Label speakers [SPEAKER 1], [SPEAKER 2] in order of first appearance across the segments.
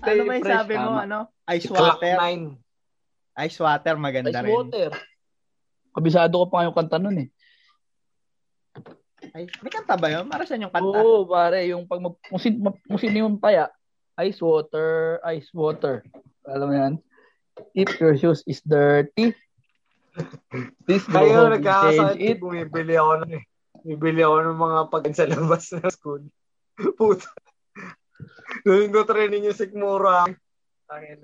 [SPEAKER 1] stay
[SPEAKER 2] ano may
[SPEAKER 1] fresh,
[SPEAKER 2] sabi mo,
[SPEAKER 1] tama.
[SPEAKER 2] ano? Ice
[SPEAKER 1] Clock
[SPEAKER 2] water.
[SPEAKER 1] 9.
[SPEAKER 2] Ice water, maganda
[SPEAKER 1] Ice
[SPEAKER 2] rin.
[SPEAKER 1] water. Kabisado ko pa nga yung kanta nun eh.
[SPEAKER 2] Ay, may kanta ba yun? Para saan yung kanta?
[SPEAKER 1] Oo, pare. Yung pag mag- kung sin- mag- kung sino yung taya, ice water, ice water. Alam mo yan? If your shoes is dirty, please go
[SPEAKER 3] Kayo,
[SPEAKER 1] home and change
[SPEAKER 3] nagkakasakit.
[SPEAKER 1] it.
[SPEAKER 3] Bumibili ako ng eh. Bumibili ako ng mga pagkain sa labas ng school. Puta. Nung ko training yung sikmura. Tangin.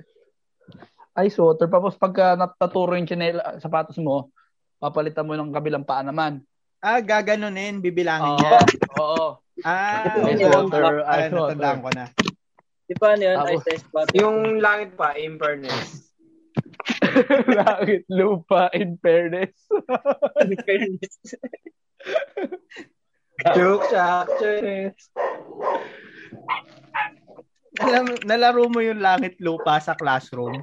[SPEAKER 1] Ice water. Tapos pagka nataturo yung chinela, sapatos mo, papalitan mo ng kabilang paa naman.
[SPEAKER 2] Ah, gaganunin, bibilangin
[SPEAKER 1] Oo.
[SPEAKER 2] niya.
[SPEAKER 1] Oo.
[SPEAKER 2] Ah,
[SPEAKER 1] Ice
[SPEAKER 2] okay.
[SPEAKER 1] water,
[SPEAKER 2] Ay,
[SPEAKER 1] ice water.
[SPEAKER 2] natandaan ko na.
[SPEAKER 4] Di ba ano yun?
[SPEAKER 1] Tapos-
[SPEAKER 4] Ice ice bucket.
[SPEAKER 3] Yung langit pa, in fairness.
[SPEAKER 1] Langit, lupa, in fairness.
[SPEAKER 3] Joke, shock, chess.
[SPEAKER 2] Alam, nalaro mo yung langit lupa sa classroom.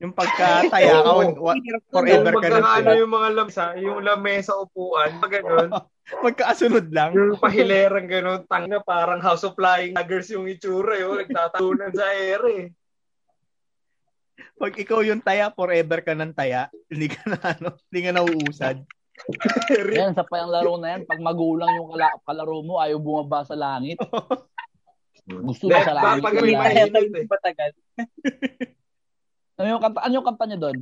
[SPEAKER 2] Yung pagkataya ka,
[SPEAKER 3] Oo.
[SPEAKER 2] wa- forever ka
[SPEAKER 3] Pagka
[SPEAKER 2] nun.
[SPEAKER 3] ano
[SPEAKER 2] sila.
[SPEAKER 3] yung mga lamesa, yung lamesa upuan, pag ganun,
[SPEAKER 2] Magkaasunod lang.
[SPEAKER 3] yung pahilerang ganun, tang na parang House of Flying Tigers yung itsura yun, nagtatalunan sa air eh.
[SPEAKER 2] Pag ikaw yung taya, forever ka ng taya. Hindi ka na, ano, hindi ka nauusad.
[SPEAKER 1] Yan, sa payang laro na yan. Pag magulang yung kala- kalaro mo, ayaw bumaba sa langit. Gusto mo sa langit.
[SPEAKER 3] Pag
[SPEAKER 1] yung eh. langit.
[SPEAKER 3] may-
[SPEAKER 4] Kaya patagal.
[SPEAKER 1] Ano yung kanta, ano yung kanta niya doon?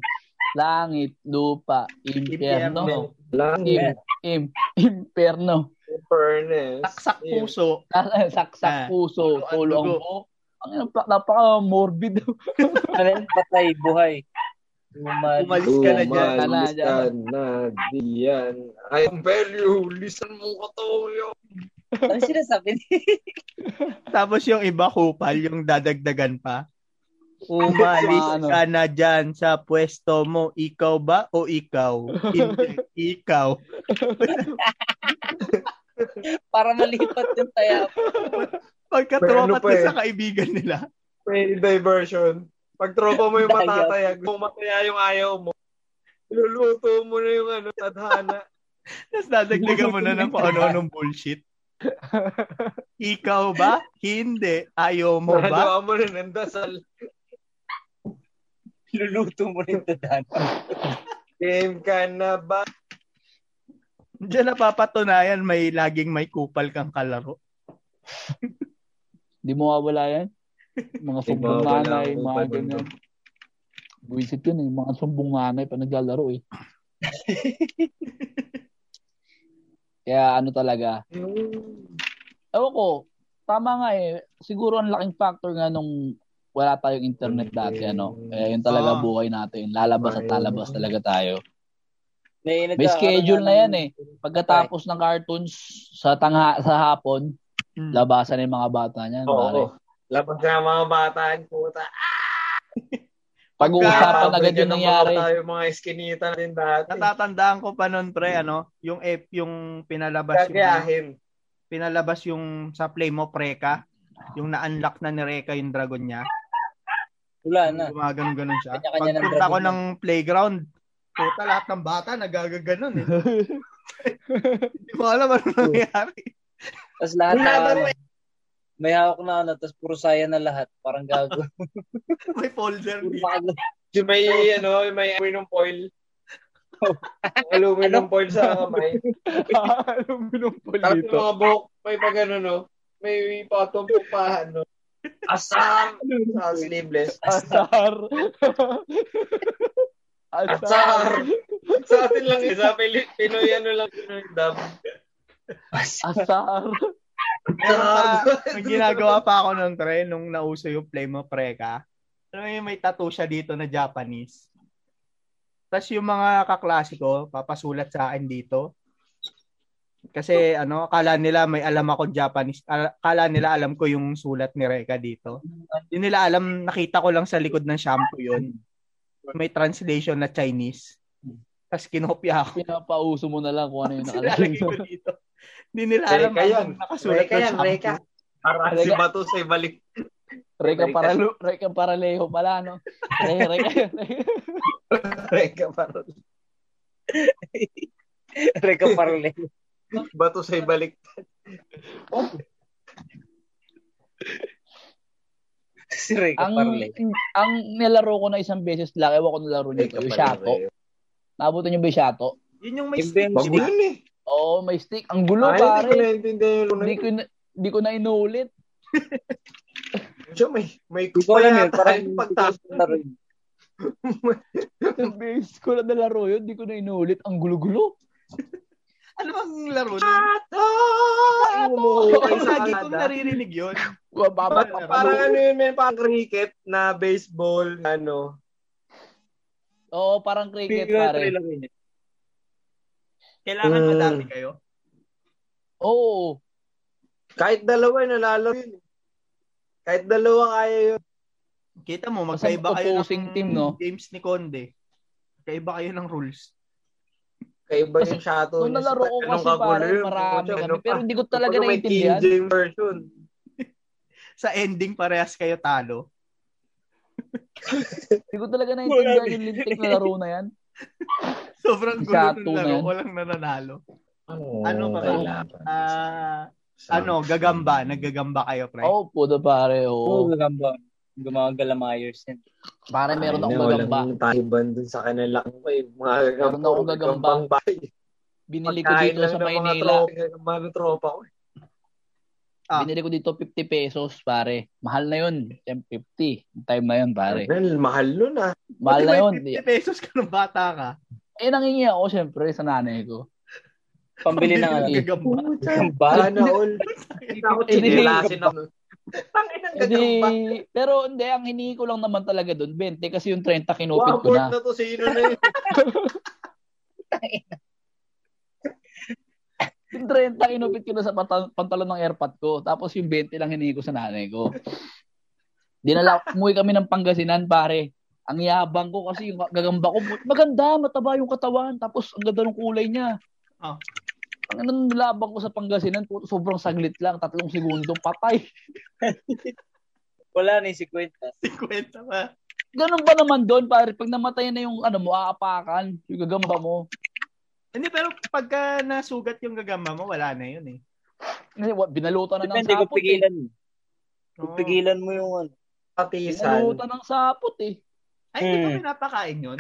[SPEAKER 1] Langit, lupa, impyerno. Im,
[SPEAKER 3] Langit,
[SPEAKER 1] im, impyerno.
[SPEAKER 3] in fairness.
[SPEAKER 2] Saksak puso. Ah, ano,
[SPEAKER 1] Saksak puso,
[SPEAKER 2] pulo ang
[SPEAKER 1] pulo ang
[SPEAKER 2] dugo.
[SPEAKER 1] buo. Ang ina, pa- napaka-morbid.
[SPEAKER 4] Ano yun? Patay, buhay. Umal.
[SPEAKER 2] Umalis ka na dyan.
[SPEAKER 1] Umalis. Wala dyan.
[SPEAKER 3] na diyan. I am value. Listen mo ko to. yo.
[SPEAKER 4] Ano sinasabi niya?
[SPEAKER 2] Tapos yung iba, kupal, yung dadagdagan pa. Umalis
[SPEAKER 1] Ano?
[SPEAKER 2] ka na dyan sa pwesto mo. Ikaw ba o ikaw? Hindi, ikaw.
[SPEAKER 4] Para malipat yung taya.
[SPEAKER 2] Pagkatropa
[SPEAKER 3] May ano pa
[SPEAKER 2] ano
[SPEAKER 3] eh.
[SPEAKER 2] sa kaibigan nila.
[SPEAKER 3] May diversion. Pag tropa mo yung
[SPEAKER 4] Dayo.
[SPEAKER 3] matataya, gusto mo mataya yung ayaw mo. Luluto mo na yung ano, tadhana.
[SPEAKER 2] Tapos dadagdagan mo na ng kung ano-anong bullshit. Ikaw ba? Hindi. Ayaw mo ba?
[SPEAKER 3] Nagawa mo na ng dasal.
[SPEAKER 4] Luluto mo rin ito dyan.
[SPEAKER 3] Game ka na ba?
[SPEAKER 2] Diyan napapatunayan may laging may kupal kang kalaro.
[SPEAKER 1] Di mo mawawala yan. Mga sumbong
[SPEAKER 3] mawawala
[SPEAKER 1] nanay, mga
[SPEAKER 3] ang upal
[SPEAKER 1] ganyan. Buisit yun eh. Mga sumbong nanay pa naglalaro eh. Kaya ano talaga. Ewan ko. Tama nga eh. Siguro ang laking factor nga nung wala tayong internet dati ano. Kaya yun talaga
[SPEAKER 2] Ah.
[SPEAKER 1] buhay natin. Lalabas at lalabas talaga tayo.
[SPEAKER 4] May,
[SPEAKER 1] May schedule
[SPEAKER 4] ano
[SPEAKER 1] na yan eh. Pagkatapos ng cartoons sa tangha sa hapon,
[SPEAKER 2] Mm.
[SPEAKER 1] labasan na yung mga bata niyan. pare.
[SPEAKER 3] Oo. Labas na mga bataan, puta.
[SPEAKER 1] Pag-uusapan agad yung nangyari.
[SPEAKER 3] Tayo yung mga iskinita natin dati.
[SPEAKER 2] Natatandaan ko pa noon pre, ano, yung F, yung pinalabas yung ano,
[SPEAKER 3] Gagayahin.
[SPEAKER 2] pinalabas yung sa play mo preka, yung na-unlock na ni Reka yung dragon niya.
[SPEAKER 4] Wala na.
[SPEAKER 2] Gumagano-ganon siya.
[SPEAKER 4] Kanya-kanya ng
[SPEAKER 2] Pagpunta ko
[SPEAKER 4] dragon
[SPEAKER 2] ng playground, puta lahat ng bata nagagaganon eh. Hindi ko alam ano nangyari.
[SPEAKER 4] Tapos lahat
[SPEAKER 3] Wala eh. ba
[SPEAKER 4] na, ano, may hawak na ano, tapos puro saya na lahat. Parang gago.
[SPEAKER 2] May folder
[SPEAKER 4] Puro
[SPEAKER 2] dito.
[SPEAKER 4] makagano.
[SPEAKER 3] Yung may, ano, yung may aluminum foil. aluminum foil sa kamay.
[SPEAKER 1] Aluminum foil
[SPEAKER 3] Tapos yung mga buhok, may pag ano, no? May patumpok pa, ano? Asam! Sa sleeveless.
[SPEAKER 1] Asar.
[SPEAKER 3] Asar! Sa atin lang, eh, sa Pili- Pinoy, ano lang, Pinoy dam.
[SPEAKER 1] Asar.
[SPEAKER 2] Meron pa, may ginagawa pa ako noon pre, nung nauso yung play mo preka. Alam mo yung may tattoo siya dito na Japanese. Tapos yung mga kaklase ko, papasulat sa akin dito. Kasi ano, akala nila may alam akong Japanese. Al- Akala nila alam ko yung sulat ni Reka dito. Yun nila alam, nakita ko lang sa likod ng shampoo yun. May translation na Chinese. Tapos kinopya ako.
[SPEAKER 1] Pinapauso mo na lang kung ano yung nakalagay.
[SPEAKER 2] Sinalagay ko dito. Hindi nila
[SPEAKER 3] Reka
[SPEAKER 2] alam ano
[SPEAKER 3] yan.
[SPEAKER 2] yung nakasulat
[SPEAKER 3] Reka
[SPEAKER 2] ng
[SPEAKER 3] yan,
[SPEAKER 2] shampoo.
[SPEAKER 3] reka. Parang si Bato sa ibalik.
[SPEAKER 1] Reka para Reka para Leho pala no. Re- Reka Reka.
[SPEAKER 3] Reka, parang
[SPEAKER 4] Reka parle.
[SPEAKER 3] Bato sa ibalik.
[SPEAKER 4] Si Rey
[SPEAKER 1] Ang,
[SPEAKER 4] Kaparle.
[SPEAKER 1] ang nilaro ko na isang beses lang, ewan ko nilaro niyo ito, yung Shato. Nabutan niyo ba yung Shato?
[SPEAKER 2] Yun yung may
[SPEAKER 4] Yung
[SPEAKER 2] stick.
[SPEAKER 4] bench
[SPEAKER 3] Bago
[SPEAKER 4] stick.
[SPEAKER 3] yun eh.
[SPEAKER 1] Oo, may stick. Ang gulo,
[SPEAKER 3] Ay, hindi
[SPEAKER 1] pare.
[SPEAKER 3] ko naiintindihan
[SPEAKER 1] Hindi
[SPEAKER 3] yung lunay.
[SPEAKER 1] ko na, hindi ko na inuulit.
[SPEAKER 3] Siya may, may
[SPEAKER 4] Hindi ko
[SPEAKER 3] kupa
[SPEAKER 4] alam yun.
[SPEAKER 3] yata
[SPEAKER 4] eh, Parang
[SPEAKER 3] yung pagtapos.
[SPEAKER 1] Ang beses ko na nalaro yun, hindi ko na inuulit. Ang gulo-gulo.
[SPEAKER 2] Ano bang laro nun?
[SPEAKER 3] Shato!
[SPEAKER 2] Oo,
[SPEAKER 3] Sa
[SPEAKER 2] lagi kong
[SPEAKER 3] Canada.
[SPEAKER 2] naririnig yun.
[SPEAKER 1] Mababat
[SPEAKER 2] Parang-
[SPEAKER 3] Parang ano yun, may parang cricket na baseball, ano.
[SPEAKER 1] Oo, parang cricket, pare.
[SPEAKER 4] Pare.
[SPEAKER 2] Kailangan
[SPEAKER 1] Hmm.
[SPEAKER 3] Mm.
[SPEAKER 2] madami kayo.
[SPEAKER 1] Oo.
[SPEAKER 3] Kahit dalawa, nalalo yun. Kahit dalawa kaya yun.
[SPEAKER 2] Kita mo,
[SPEAKER 1] Basta
[SPEAKER 2] magkaiba kayo
[SPEAKER 1] opposing
[SPEAKER 2] ng
[SPEAKER 1] team, no?
[SPEAKER 2] games ni Conde. Magkaiba kayo ng rules.
[SPEAKER 3] Kaiba
[SPEAKER 1] Kasi
[SPEAKER 3] yung shato.
[SPEAKER 1] Nung
[SPEAKER 3] niya sa
[SPEAKER 1] nalaro ko
[SPEAKER 3] tanong
[SPEAKER 1] kasi,
[SPEAKER 3] kagulo
[SPEAKER 1] pare,
[SPEAKER 3] yun.
[SPEAKER 1] marami
[SPEAKER 3] Ano
[SPEAKER 1] kami.
[SPEAKER 3] pa?
[SPEAKER 1] Pero hindi ko talaga
[SPEAKER 3] Ano, may
[SPEAKER 1] naiintindihan.
[SPEAKER 3] King James version.
[SPEAKER 2] Sa ending, parehas kayo talo.
[SPEAKER 1] Hindi ko talaga naiintindihan
[SPEAKER 4] Wala.
[SPEAKER 1] yung lintik na laro na yan.
[SPEAKER 2] Sobrang gulo
[SPEAKER 1] Shato
[SPEAKER 2] ng
[SPEAKER 1] na
[SPEAKER 2] laro.
[SPEAKER 1] yun.
[SPEAKER 2] Walang nananalo. Ano ba?
[SPEAKER 1] kailangan.
[SPEAKER 2] Ah, ano, gagamba. Naggagamba kayo, pre.
[SPEAKER 1] Oo, oh, puto pare.
[SPEAKER 4] Oo,
[SPEAKER 1] Oo.
[SPEAKER 4] gagamba. Gumagalamayers yan.
[SPEAKER 1] Pare, meron akong magamba.
[SPEAKER 3] Ano, Walang tahiban dun sa kanila. Ay, mga
[SPEAKER 1] Meron akong gagamba.
[SPEAKER 3] gagambang bahay.
[SPEAKER 1] Binili ko
[SPEAKER 3] Pagkain
[SPEAKER 1] dito
[SPEAKER 3] lang
[SPEAKER 1] sa
[SPEAKER 3] ng mga
[SPEAKER 1] Maynila.
[SPEAKER 3] tropa- Mga tropa ko.
[SPEAKER 2] Ah.
[SPEAKER 1] Binili ko dito 50 pesos, pare. Mahal na yun. 50. Yung Time na yun, pare.
[SPEAKER 3] Well, mahal nun ah.
[SPEAKER 1] Mahal na
[SPEAKER 2] Pati
[SPEAKER 1] yun.
[SPEAKER 2] may 50 pesos ka ng bata ka.
[SPEAKER 1] Eh, nangingi ako, syempre, sa nanay ko.
[SPEAKER 4] Pambili ng ano.
[SPEAKER 2] ng gagamba.
[SPEAKER 4] Gagamba.
[SPEAKER 3] Sana all. Takot
[SPEAKER 1] eh. Hindi. eh,
[SPEAKER 3] sinilasin ako. Tangin ang
[SPEAKER 1] Hindi,
[SPEAKER 3] gagamba.
[SPEAKER 1] Eh, pero hindi, ang hinihingi ko lang naman talaga doon, 20, kasi yung 30 kinupit
[SPEAKER 3] Wow,
[SPEAKER 1] ko na.
[SPEAKER 3] na Ano to sino na yun.
[SPEAKER 1] Yung 30 kinupit ko na sa pantal- pantalon ng airpot ko, tapos yung 20 lang hinihingi ko sa nanay ko. Dinala, umuwi kami ng Pangasinan, pare. Ang yabang ko kasi yung gagamba ko, maganda, mataba yung katawan, tapos ang ganda ng kulay niya.
[SPEAKER 2] Ah.
[SPEAKER 1] Ang anong nilabang ko sa Pangasinan, puto, sobrang saglit lang, tatlong segundo, patay.
[SPEAKER 4] Wala na yung 50.
[SPEAKER 2] 50 pa.
[SPEAKER 1] Ganun ba naman doon, pare? Pag namatay na yung ano mo, aapakan, yung gagamba mo.
[SPEAKER 2] Hindi, pero pagka nasugat yung gagamba mo, wala na yun eh.
[SPEAKER 1] Kasi wa- binalutan na ng
[SPEAKER 4] Depende kung
[SPEAKER 1] sapot eh.
[SPEAKER 4] pigilan mo. Kung
[SPEAKER 2] Oo.
[SPEAKER 4] pigilan mo yung ano.
[SPEAKER 3] Patisan.
[SPEAKER 1] Binalutan ng sapot eh.
[SPEAKER 2] Ay, hindi pa
[SPEAKER 4] Hmm.
[SPEAKER 2] pinapakain yun.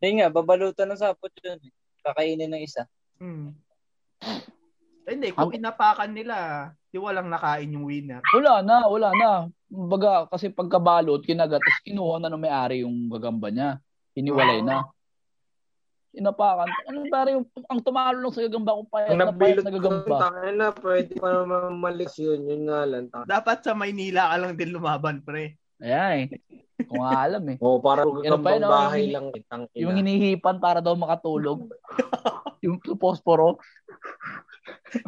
[SPEAKER 4] Yun nga, babalutan ng sapot yun. eh. Kakainin ng isa.
[SPEAKER 2] Hmm. Hindi, kung pinapakan nila, di walang nakain yung winner.
[SPEAKER 1] Wala na, wala na. Baga, kasi pagkabalot, kinagat, tapos kinuha na ng may-ari yung gagamba niya. Hiniwalay na. Inapakan. Ano pare, yung, ang tumalo lang sa gagamba ko, payat
[SPEAKER 3] Ang
[SPEAKER 1] na payat
[SPEAKER 3] nabilot
[SPEAKER 1] na
[SPEAKER 3] ko
[SPEAKER 1] gagamba.
[SPEAKER 3] tangin na, pwede pa naman malis yun. Yun nga lang. tangin.
[SPEAKER 2] Dapat sa Maynila ka lang din lumaban, pre.
[SPEAKER 1] Ayan eh. Kung nga alam eh.
[SPEAKER 3] Oo, parang
[SPEAKER 1] Yan pa yun,
[SPEAKER 3] gagambang
[SPEAKER 1] oh,
[SPEAKER 3] bahay
[SPEAKER 1] yung-
[SPEAKER 3] lang. Tangin
[SPEAKER 1] Yung
[SPEAKER 3] na.
[SPEAKER 1] hinihipan para daw makatulog. yung posporo.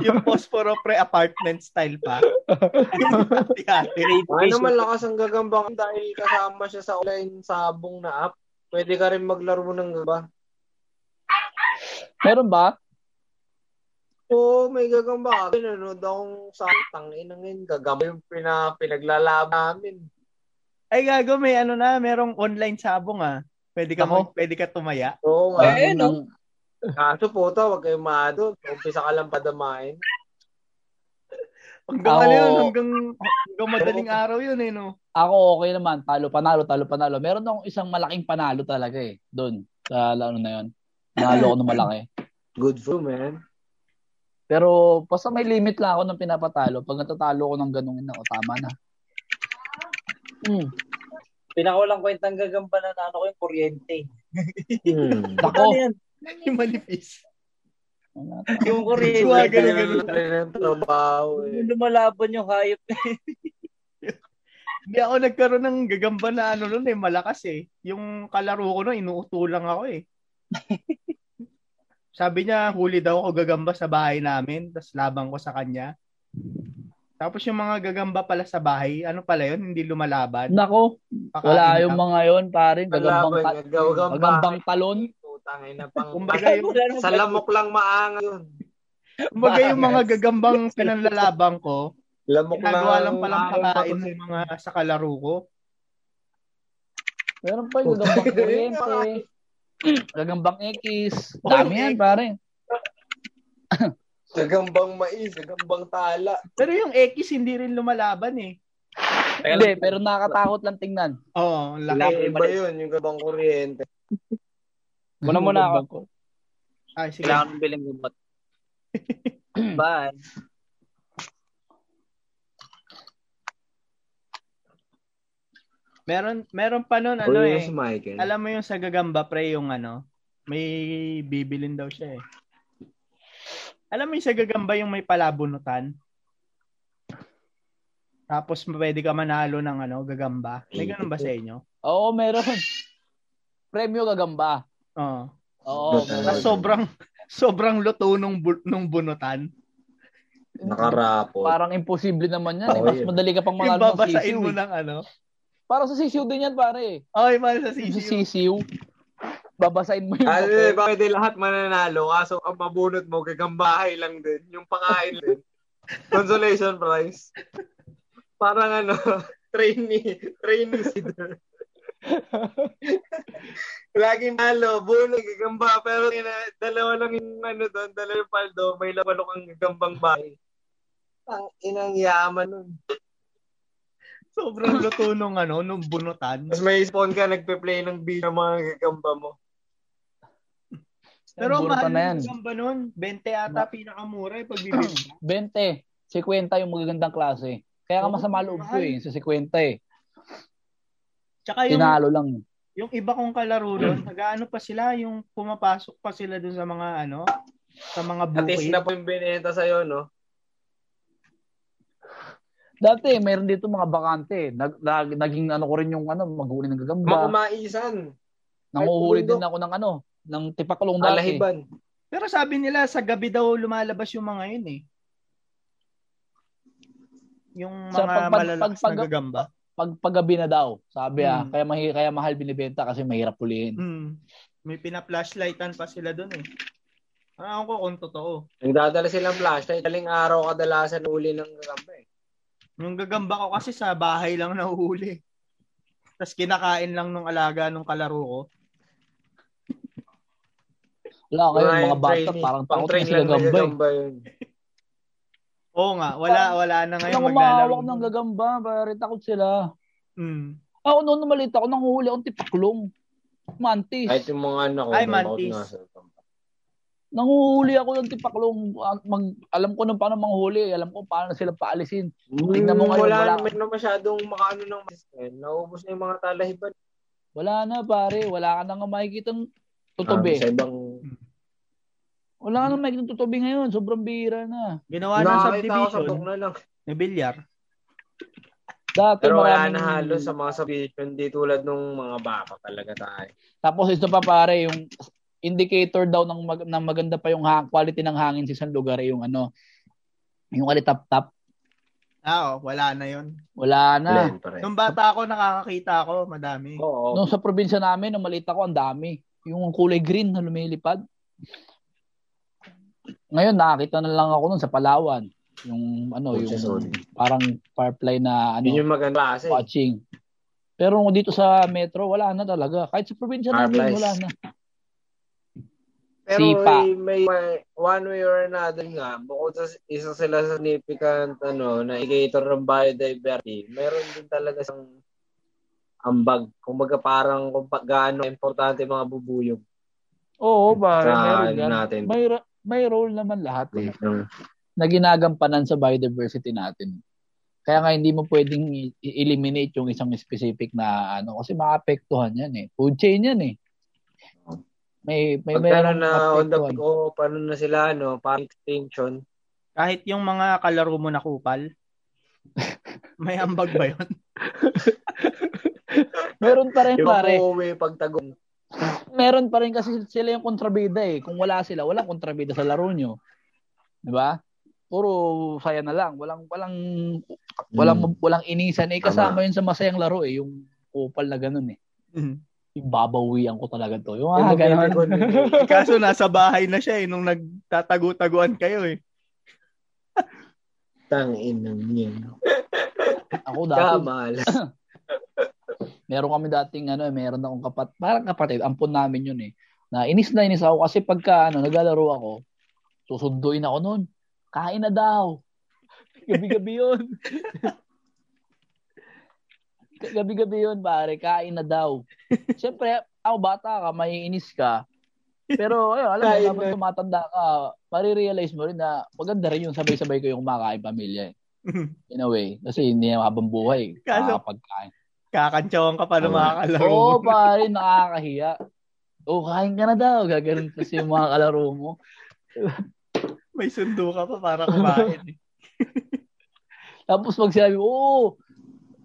[SPEAKER 2] Yung Posporo pre apartment style pa. yung hati-hati.
[SPEAKER 3] Ano malakas ang gagambang dahil kasama siya sa online sabong na app. Pwede ka rin maglaro ng gagamba.
[SPEAKER 1] Meron ba?
[SPEAKER 3] Oo, may gagamba ka. Pinanood akong sa tangin ng yun. Gagamba yung pina, pinaglalaban namin.
[SPEAKER 2] Ay gago, may ano na, merong online sabong ah. Pwede ka
[SPEAKER 1] Ako?
[SPEAKER 2] mag- pwede ka tumaya.
[SPEAKER 3] Oo nga.
[SPEAKER 4] Eh, no?
[SPEAKER 1] Ang-
[SPEAKER 3] Kaso po to, huwag kayong maado. Umpisa ka lang padamain.
[SPEAKER 2] Hanggang
[SPEAKER 1] Ako-
[SPEAKER 2] ano yun, hanggang, hanggang madaling araw yun eh, no?
[SPEAKER 1] Ako okay naman, talo panalo, talo panalo. Meron akong isang malaking panalo talaga eh, doon sa laro na 'yon. Nalo ako ng malaki.
[SPEAKER 3] Good for you, man.
[SPEAKER 1] Pero basta may limit lang ako ng pinapatalo. Pag natatalo ko ng ganung na, tama na.
[SPEAKER 4] Hmm.
[SPEAKER 1] Mm.
[SPEAKER 4] Pinakawalang kwentang gagamba na ano ko yung kuryente.
[SPEAKER 3] Hmm.
[SPEAKER 1] Ako.
[SPEAKER 4] Ano yan?
[SPEAKER 2] Yung manipis.
[SPEAKER 4] Yung kuryente.
[SPEAKER 2] Wag, ganun, ganun.
[SPEAKER 3] Ganun trabaho eh.
[SPEAKER 4] Lumalaban yung hayop na
[SPEAKER 2] Hindi ako nagkaroon ng gagamba na ano nun eh, malakas eh. Yung kalaro ko nun, inuuto lang ako eh. Sabi niya, huli daw ako gagamba sa bahay namin, tapos labang ko sa kanya. Tapos yung mga gagamba pala sa bahay, ano pala yun, hindi lumalaban.
[SPEAKER 1] Nako,
[SPEAKER 2] Pakain
[SPEAKER 1] wala yung
[SPEAKER 2] lang.
[SPEAKER 1] mga yon, pare. Gagambang,
[SPEAKER 3] Gagambang,
[SPEAKER 1] ta-
[SPEAKER 3] gagambang.
[SPEAKER 1] gagambang talon.
[SPEAKER 3] Tangin na pang...
[SPEAKER 2] Kumbaga yung,
[SPEAKER 4] Wala nang
[SPEAKER 3] Sa lamok lang maangas yun.
[SPEAKER 2] kumbaga yung mga gagambang pinanlalabang ko,
[SPEAKER 3] Lamok lang.
[SPEAKER 2] ginagawa lang palang
[SPEAKER 3] maangas
[SPEAKER 2] pakain
[SPEAKER 3] tapos-
[SPEAKER 2] ng mga sa kalaro ko.
[SPEAKER 1] Meron pa yung gagambang kuryente. gagambang ekis. Dami yan, pare.
[SPEAKER 3] Gagambang mais, gagambang tala.
[SPEAKER 2] Pero yung X hindi rin lumalaban eh.
[SPEAKER 1] Hindi, pero nakakatakot lang tingnan.
[SPEAKER 2] Oo, ang laki.
[SPEAKER 4] Laki.
[SPEAKER 3] Iba yun, yung gabang kuryente.
[SPEAKER 4] Muna muna ako.
[SPEAKER 2] Ay, sige.
[SPEAKER 4] Kailangan ng bilang gamot. Bye.
[SPEAKER 2] Meron, meron pa nun, ano
[SPEAKER 3] Uy, yun
[SPEAKER 2] eh.
[SPEAKER 3] Si Michael.
[SPEAKER 2] Alam mo yung sa gagamba pre yung ano, may bibilin daw siya eh. Alam mo yung sa gagamba yung may palabunutan? Tapos pwede ka manalo ng ano, gagamba. May ganun ba sa inyo?
[SPEAKER 1] Oo, meron. Premyo gagamba.
[SPEAKER 2] Oo.
[SPEAKER 1] Oo,
[SPEAKER 2] Tapos
[SPEAKER 1] meron.
[SPEAKER 2] sobrang sobrang luto nung bu- nung bunutan.
[SPEAKER 3] Nakarapot.
[SPEAKER 1] Parang imposible naman yan. eh.
[SPEAKER 3] Oo,
[SPEAKER 1] Mas
[SPEAKER 3] yun.
[SPEAKER 1] madali ka pang manalo ng
[SPEAKER 2] Ibabasain
[SPEAKER 1] sisiw.
[SPEAKER 2] mo
[SPEAKER 1] eh.
[SPEAKER 2] ng ano.
[SPEAKER 1] Para sa sisiw din yan, pare.
[SPEAKER 2] Ay, man sa
[SPEAKER 1] Sa
[SPEAKER 2] sisiyo.
[SPEAKER 1] sisiw. Babasain mo yung
[SPEAKER 3] Ano
[SPEAKER 1] papel.
[SPEAKER 3] eh, pwede lahat mananalo, kaso ang mabunot mo, gagambahay lang din. Yung pakain din. Consolation prize. Parang ano, trainee, trainee seeder. Laging nalo, bunot, gagamba, pero ina, dalawa lang yung ano doon, dalawa yung paldo, may laman kang gagambang bahay. Ang inang yaman nun.
[SPEAKER 2] Sobrang luto nung ano, nung bunutan.
[SPEAKER 3] Tapos may spawn ka, nagpe-play ng video ng mga gagamba mo.
[SPEAKER 2] Pero
[SPEAKER 1] Puro pa
[SPEAKER 2] mahal
[SPEAKER 1] na yan.
[SPEAKER 2] yung gagamba nun. 20 ata pinakamura eh pag bibili ka.
[SPEAKER 1] 20. 50 yung magagandang klase. Kaya ka masama loob ko eh. Sa 50 eh.
[SPEAKER 2] Tsaka yung
[SPEAKER 1] Tinalo lang.
[SPEAKER 2] Yung iba kong kalaro
[SPEAKER 3] Hmm.
[SPEAKER 2] nun, nag-ano pa sila, yung pumapasok pa sila dun sa mga ano, sa mga
[SPEAKER 3] At
[SPEAKER 2] bukid.
[SPEAKER 3] least na po yung binenta sa'yo, no?
[SPEAKER 1] Dati, mayroon dito mga bakante. Nag, nag- naging ano ko rin yung ano, maghuli ng gagamba.
[SPEAKER 3] Makumaisan,
[SPEAKER 1] Nanguhuli
[SPEAKER 3] bundok.
[SPEAKER 1] din ako ng ano, ng tipaklong dati.
[SPEAKER 3] alahiban.
[SPEAKER 2] Pero sabi nila, sa gabi daw lumalabas yung mga yun eh. Yung
[SPEAKER 1] Sa
[SPEAKER 2] mga
[SPEAKER 1] pagpag-
[SPEAKER 2] malalakas
[SPEAKER 1] pagpag-
[SPEAKER 2] na gagamba.
[SPEAKER 1] Pag paggabi na daw, sabi ah,
[SPEAKER 2] Hmm.
[SPEAKER 1] kaya, mahi, kaya mahal binibenta kasi mahirap pulihin.
[SPEAKER 2] Hmm. May pina-flashlightan pa sila dun eh. Ano ko kung totoo.
[SPEAKER 3] Nagdadala silang flashlight. Daling araw kadalasan uli ng gagamba eh.
[SPEAKER 2] Yung gagamba ko kasi sa bahay lang nahuhuli. Tapos kinakain lang nung alaga nung kalaro ko.
[SPEAKER 1] Wala ngayon,
[SPEAKER 3] Mga
[SPEAKER 1] mga bata,
[SPEAKER 3] trainee.
[SPEAKER 1] parang
[SPEAKER 3] Pang
[SPEAKER 1] takot na
[SPEAKER 3] train
[SPEAKER 1] sila
[SPEAKER 3] lang may
[SPEAKER 1] gagamba. eh.
[SPEAKER 3] gagamba yun.
[SPEAKER 2] Oo nga, wala, wala na ngayon
[SPEAKER 1] Parang
[SPEAKER 2] maglalaro.
[SPEAKER 1] umahawak ng gagamba, pare, takot sila. Ah,
[SPEAKER 2] Hmm.
[SPEAKER 1] Ako noon namalit ako, nanguhuli akong tipaklong. Mantis.
[SPEAKER 3] Kahit yung mga anak ko.
[SPEAKER 2] Ay,
[SPEAKER 3] may takot
[SPEAKER 2] mantis.
[SPEAKER 3] nga sa gagamba.
[SPEAKER 1] Nanguhuli ako ng tipaklong. ah, Mag, alam ko na paano manghuli. Alam ko paano sila paalisin. Tingnan Hmm, mo ngayon,
[SPEAKER 3] wala,
[SPEAKER 1] wala.
[SPEAKER 3] wala. na masyadong makaano ng mas. Eh, naubos na yung mga talahiban.
[SPEAKER 1] Wala na pare. Wala ka na nga makikita ng tutubi.
[SPEAKER 3] Ah, sa ibang...
[SPEAKER 1] Wala ka na makikita ng tutubi ngayon. Sobrang bihira na.
[SPEAKER 2] Ginawa ng
[SPEAKER 3] Nakakita ko sa
[SPEAKER 2] subdivision
[SPEAKER 3] book na lang.
[SPEAKER 2] na bilyar.
[SPEAKER 1] Dati
[SPEAKER 3] Pero wala
[SPEAKER 1] maraming-
[SPEAKER 3] na halos sa mga subdivision. Di tulad nung mga baka talaga tayo.
[SPEAKER 1] Tapos ito pa pare, yung indicator daw ng, mag- ng maganda pa yung ha- quality ng hangin sa isang lugar eh, yung ano, yung alitap-tap.
[SPEAKER 2] Ah, oh, wala na yon.
[SPEAKER 1] Wala na.
[SPEAKER 3] Wala yun pa rin.
[SPEAKER 2] Nung bata ako, nakakakita ako, madami.
[SPEAKER 3] Oo.
[SPEAKER 1] Nung sa probinsya namin, nung maliit ako, ang dami. Yung kulay green na lumilipad. Ngayon, nakakita na lang ako nun sa Palawan. Yung ano,
[SPEAKER 3] Oh,
[SPEAKER 1] yung
[SPEAKER 3] siya, sorry.
[SPEAKER 1] parang firefly na
[SPEAKER 3] Yun
[SPEAKER 1] ano,
[SPEAKER 3] yung maganda kasi.
[SPEAKER 1] watching. Pero nung dito sa metro, wala na talaga. Kahit sa probinsya namin,
[SPEAKER 3] Fireflies.
[SPEAKER 1] wala na.
[SPEAKER 3] Pero
[SPEAKER 1] Sipa.
[SPEAKER 3] may, may, may- one way or another nga, bukod sa isa sila sa significant ano, na indicator ng biodiversity, meron din talaga isang ambag. Kumbaga parang kung pa, gaano importante yung mga bubuyog
[SPEAKER 1] Oo, pare,
[SPEAKER 3] sa
[SPEAKER 1] meron
[SPEAKER 3] ano
[SPEAKER 1] yan.
[SPEAKER 3] natin.
[SPEAKER 1] May, ra- may role naman lahat eh,
[SPEAKER 3] Ng-
[SPEAKER 1] na ginagampanan sa biodiversity natin. Kaya nga hindi mo pwedeng i- eliminate yung isang specific na ano kasi maapektuhan yan eh. Food chain yan eh. May may
[SPEAKER 3] Pag ano
[SPEAKER 1] merong
[SPEAKER 3] na on the
[SPEAKER 1] maapektuhan.
[SPEAKER 3] oh, paano na sila ano, parang extinction.
[SPEAKER 2] Kahit yung mga kalaro mo na kupal, may ambag ba yun?
[SPEAKER 1] Meron pa rin
[SPEAKER 3] Yung
[SPEAKER 1] pare.
[SPEAKER 3] umuwi pagtagon.
[SPEAKER 1] Meron pa rin kasi sila yung kontrabida eh. Kung wala sila, walang kontrabida sa laro nyo. 'Di ba? Puro saya na lang, walang walang
[SPEAKER 3] Mm.
[SPEAKER 1] walang
[SPEAKER 3] Hmm.
[SPEAKER 1] walang inisan eh kasama yun sa masayang laro eh, yung kupal na ganun eh. Ibabawian ko talaga to. Yung ah, ganun.
[SPEAKER 2] Eh, Kaso nasa bahay na siya eh, nung nagtatago-taguan kayo eh.
[SPEAKER 3] Tangin ng niya.
[SPEAKER 1] Ako dati,
[SPEAKER 3] Kamala.
[SPEAKER 1] meron kami dating ano, eh, meron akong kapat, parang kapatid, ampon namin yun eh. Na inis na inis ako kasi pagka ano, naglalaro ako, susunduin ako noon. Kain na daw. Gabi-gabi yun. Gabi-gabi yun, pare. Kain na daw. Siyempre, ako bata ka, maiinis ka. Pero, ayun, alam mo,
[SPEAKER 2] Kain
[SPEAKER 1] habang
[SPEAKER 2] na.
[SPEAKER 1] tumatanda ka, marirealize mo rin na maganda rin yung sabay-sabay kayong kumakain pamilya. eh. In a way. Kasi hindi na habang buhay.
[SPEAKER 2] Kaso-
[SPEAKER 1] pagkain.
[SPEAKER 2] Kakantsawan ka pa ng mga kalaro.
[SPEAKER 1] Oo,
[SPEAKER 2] Ano, mo.
[SPEAKER 1] pare, nakakahiya. Oo, kain ka na daw. Gaganon kasi yung mga kalaro mo.
[SPEAKER 2] May sundo ka pa para kumain. eh.
[SPEAKER 1] Tapos pag sinabi, mo, oo,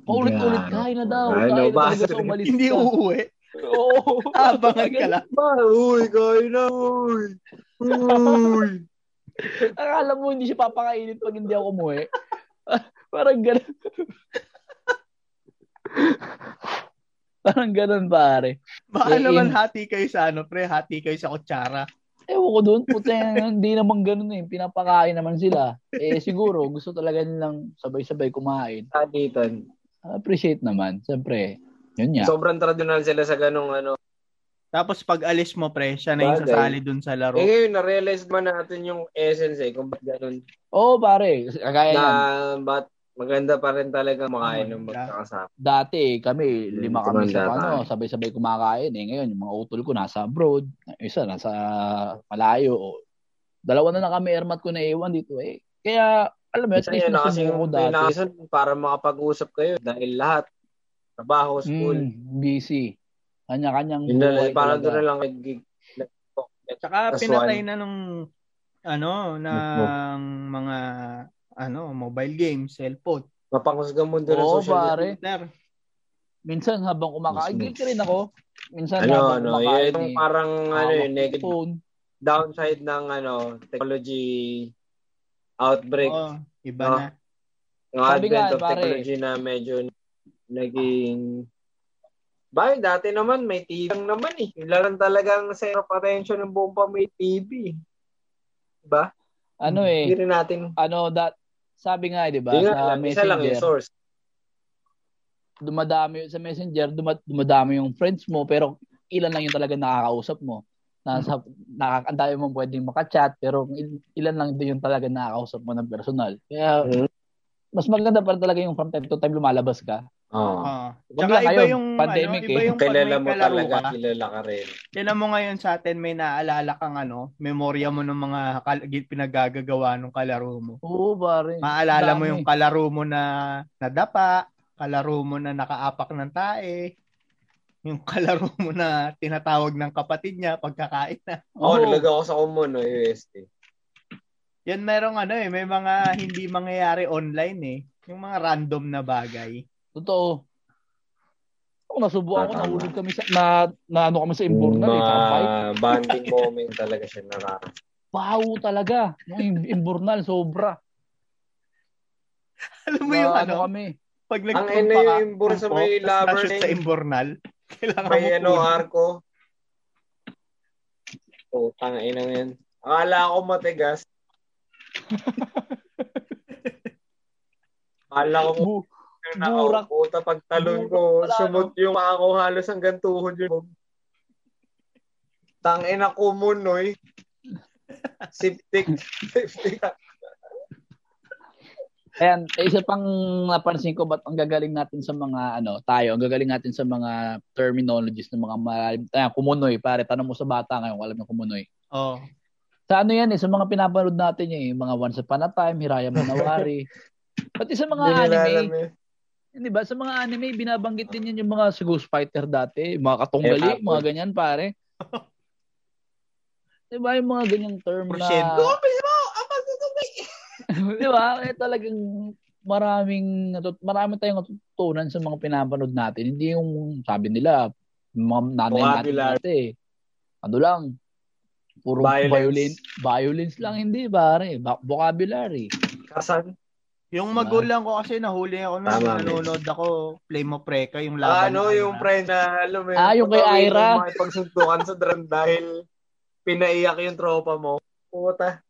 [SPEAKER 1] paulit-ulit,
[SPEAKER 3] Yeah.
[SPEAKER 1] kain na daw. Kain
[SPEAKER 3] Ay,
[SPEAKER 1] na talaga
[SPEAKER 3] nabasa
[SPEAKER 1] sa
[SPEAKER 3] rin.
[SPEAKER 1] umalis
[SPEAKER 2] Hindi
[SPEAKER 1] ka.
[SPEAKER 2] uuwi.
[SPEAKER 1] Oo.
[SPEAKER 2] Abangan ka lang.
[SPEAKER 3] Ba, uy, kain na, uy. Uy.
[SPEAKER 1] Akala mo hindi siya papakainit pag hindi ako umuwi. Parang ganun. Parang ganun, pare. Day
[SPEAKER 2] Baka naman
[SPEAKER 1] in.
[SPEAKER 2] hati kayo sa ano, pre. Hati kayo sa kutsara.
[SPEAKER 1] Ewan ko doon, puti hindi naman ganun eh. Pinapakain naman sila. Eh, siguro, gusto talaga nilang sabay-sabay kumain.
[SPEAKER 3] Ah, Taditon.
[SPEAKER 1] Appreciate naman, siyempre. Yun nga.
[SPEAKER 3] Sobrang traditional sila sa ganong ano.
[SPEAKER 2] Tapos pag alis mo, pre, siya na yung
[SPEAKER 3] Bagay.
[SPEAKER 2] sasali dun sa laro.
[SPEAKER 3] Eh ngayon, na-realize man natin yung essence eh, kung ba't ganun.
[SPEAKER 1] Oo, pare. Kagaya
[SPEAKER 3] Na,
[SPEAKER 1] yan.
[SPEAKER 3] ba't maganda pa rin talaga makain ng magkakasama.
[SPEAKER 1] Dati, kami,
[SPEAKER 3] Hmm,
[SPEAKER 1] lima kami sa
[SPEAKER 3] tumanda
[SPEAKER 1] ano, sabay-sabay kumakain. Eh, ngayon, yung mga utol ko nasa abroad. Isa, nasa malayo. O, dalawa na lang kami, ermat ko na iwan dito eh. Kaya, alam mo, at
[SPEAKER 3] Kasi
[SPEAKER 1] least
[SPEAKER 3] yun na
[SPEAKER 1] nasubukan
[SPEAKER 3] kasi
[SPEAKER 1] ko
[SPEAKER 3] yung
[SPEAKER 1] dati.
[SPEAKER 3] pinakaison para makapag-usap kayo dahil lahat, trabaho, school,
[SPEAKER 1] Mm, busy. Kanya-kanyang
[SPEAKER 3] yun na, eh,
[SPEAKER 1] buhay
[SPEAKER 3] parang
[SPEAKER 1] talaga.
[SPEAKER 3] doon na lang nag-gig.
[SPEAKER 2] Tsaka
[SPEAKER 3] That's
[SPEAKER 2] pinatay
[SPEAKER 3] one.
[SPEAKER 2] na nung ano
[SPEAKER 3] Notebook.
[SPEAKER 2] ng mga ano mobile games, cellphone.
[SPEAKER 3] Mapanghusga mo doon
[SPEAKER 1] Oo,
[SPEAKER 3] ng social
[SPEAKER 1] pare.
[SPEAKER 2] Twitter.
[SPEAKER 1] Minsan habang kumakain,
[SPEAKER 3] Mismo.
[SPEAKER 1] guilty rin ako. Minsan
[SPEAKER 3] Ano,
[SPEAKER 1] habang
[SPEAKER 3] ano, yun
[SPEAKER 1] kumakain,
[SPEAKER 3] yung
[SPEAKER 1] eh,
[SPEAKER 3] parang ano
[SPEAKER 1] hawak
[SPEAKER 3] yun,
[SPEAKER 1] ko
[SPEAKER 3] negative
[SPEAKER 1] phone.
[SPEAKER 3] downside ng ano, technology outbreak.
[SPEAKER 2] Oo, iba
[SPEAKER 3] No?
[SPEAKER 2] na.
[SPEAKER 3] Yung
[SPEAKER 1] Sabi
[SPEAKER 3] advent
[SPEAKER 1] nga,
[SPEAKER 3] of
[SPEAKER 1] pare.
[SPEAKER 3] technology na medyo naging Bay, dati naman may TV lang naman eh. Wala lang talagang center of attention ng buong pamilya TV. Diba?
[SPEAKER 1] Ano eh,
[SPEAKER 3] Hindi rin natin.
[SPEAKER 1] ano that, sabi nga, eh, di ba,
[SPEAKER 3] Hindi nga
[SPEAKER 1] sa
[SPEAKER 3] alam. Isa lang
[SPEAKER 1] messenger,
[SPEAKER 3] yung source.
[SPEAKER 1] dumadami sa messenger, dumad, dumadami yung friends mo, pero ilan lang yung talaga nakakausap mo. Nasa,
[SPEAKER 3] Mm-hmm.
[SPEAKER 1] nakaka, ang dami mong pwedeng makachat, pero il- ilan lang din yung talaga nakakausap mo ng personal. Kaya,
[SPEAKER 3] Mhm.
[SPEAKER 1] mas maganda pa rin talaga yung from time to time lumalabas ka. Ah,
[SPEAKER 3] Oo.
[SPEAKER 2] Oo.
[SPEAKER 1] Wag
[SPEAKER 2] Tsaka
[SPEAKER 1] lang
[SPEAKER 2] iba
[SPEAKER 1] kayo,
[SPEAKER 2] yung
[SPEAKER 1] pandemic
[SPEAKER 2] ano, iba
[SPEAKER 1] eh.
[SPEAKER 2] yung pag
[SPEAKER 3] Kilala
[SPEAKER 2] may
[SPEAKER 3] mo
[SPEAKER 2] kalaro
[SPEAKER 3] talaga,
[SPEAKER 2] ka.
[SPEAKER 3] kilala ka rin.
[SPEAKER 2] Tignan mo ngayon sa atin may naalala kang ano, memorya mo ng mga kal- gi- pinaggagawa ng kalaro mo.
[SPEAKER 1] Oo, pare.
[SPEAKER 2] Maalala mo
[SPEAKER 1] Dami.
[SPEAKER 2] yung kalaro mo na nadapa, kalaro mo na nakaapak ng tae, yung kalaro mo na tinatawag ng kapatid niya pagkakain na.
[SPEAKER 3] Oo, oh, nalaga ako sa common, no, UST.
[SPEAKER 2] Yan merong ano eh, may mga hindi mangyayari online eh. Yung mga random na bagay.
[SPEAKER 1] Totoo. Ako nasubukan ko,
[SPEAKER 3] Tama.
[SPEAKER 1] nahulog kami sa, na, na ano kami sa Imbornal eh,
[SPEAKER 3] Mga
[SPEAKER 1] sa fight.
[SPEAKER 3] bonding moment talaga siya nararating.
[SPEAKER 1] Baho talaga. Yung Im- Imbornal, sobra.
[SPEAKER 2] Alam mo
[SPEAKER 1] Na
[SPEAKER 2] yung ano,
[SPEAKER 1] kami.
[SPEAKER 2] pag
[SPEAKER 3] Ang
[SPEAKER 2] nagpunta
[SPEAKER 3] ina
[SPEAKER 2] ka,
[SPEAKER 3] yung imbor sa may
[SPEAKER 2] tapos
[SPEAKER 3] lover
[SPEAKER 2] nashoot
[SPEAKER 3] na
[SPEAKER 2] sa
[SPEAKER 3] yun.
[SPEAKER 2] imbornal, kailangan
[SPEAKER 3] May
[SPEAKER 2] mo
[SPEAKER 3] ano,
[SPEAKER 2] puno.
[SPEAKER 3] arko. Oh, tanga ina yan. Akala ko matigas. Akala ko
[SPEAKER 1] Bu-
[SPEAKER 3] na
[SPEAKER 1] burak.
[SPEAKER 3] puta pagtalon ko,
[SPEAKER 1] Burak pala,
[SPEAKER 3] sumot yung paa ko halos hanggang tuhod yun. Tang ina ko munoy. Siptik. Siptik.
[SPEAKER 1] Ayan, eh, isa pang napansin ko, ba't ang gagaling natin sa mga, ano, tayo, ang gagaling natin sa mga terminologies ng mga malalim. Ayan, kumunoy, pare, tanong mo sa bata ngayon, kung alam niyo kumunoy.
[SPEAKER 2] Oh.
[SPEAKER 1] Sa ano yan eh, sa mga pinapanood natin eh, yung mga Once Upon a Time, Hiraya Manawari. Pati sa mga
[SPEAKER 3] Hindi nila
[SPEAKER 1] anime,
[SPEAKER 3] alam eh.
[SPEAKER 1] Hindi ba? Sa mga anime, binabanggit din yan yung mga si Ghost Fighter dati. Mga katunggali,
[SPEAKER 3] Eh, hapon.
[SPEAKER 1] mga ganyan, pare. Di ba yung mga ganyang term na...
[SPEAKER 2] Prosyento.
[SPEAKER 1] Di ba? Eh, talagang maraming, natut- marami tayong natutunan sa mga pinapanood natin. Hindi yung sabi nila, yung mga nanay natin
[SPEAKER 3] Vocabulary.
[SPEAKER 1] dati. Ano lang, puro
[SPEAKER 3] Violence.
[SPEAKER 1] violin, violence lang, hindi, pare. Ba- vocabulary.
[SPEAKER 3] Kasan?
[SPEAKER 2] Yung
[SPEAKER 1] Diba?
[SPEAKER 2] magulang ko kasi nahuli ako nung
[SPEAKER 3] Tama,
[SPEAKER 2] nanonood ako, play mo preka, yung
[SPEAKER 3] Ah,
[SPEAKER 2] laban.
[SPEAKER 3] ano
[SPEAKER 2] na-
[SPEAKER 3] yung friend na alam mo yun,
[SPEAKER 1] Ah, yung kay
[SPEAKER 3] pag-uwi
[SPEAKER 1] Ira.
[SPEAKER 3] mo, makipagsuntukan sa drum dahil pinaiyak yung tropa mo. Puta.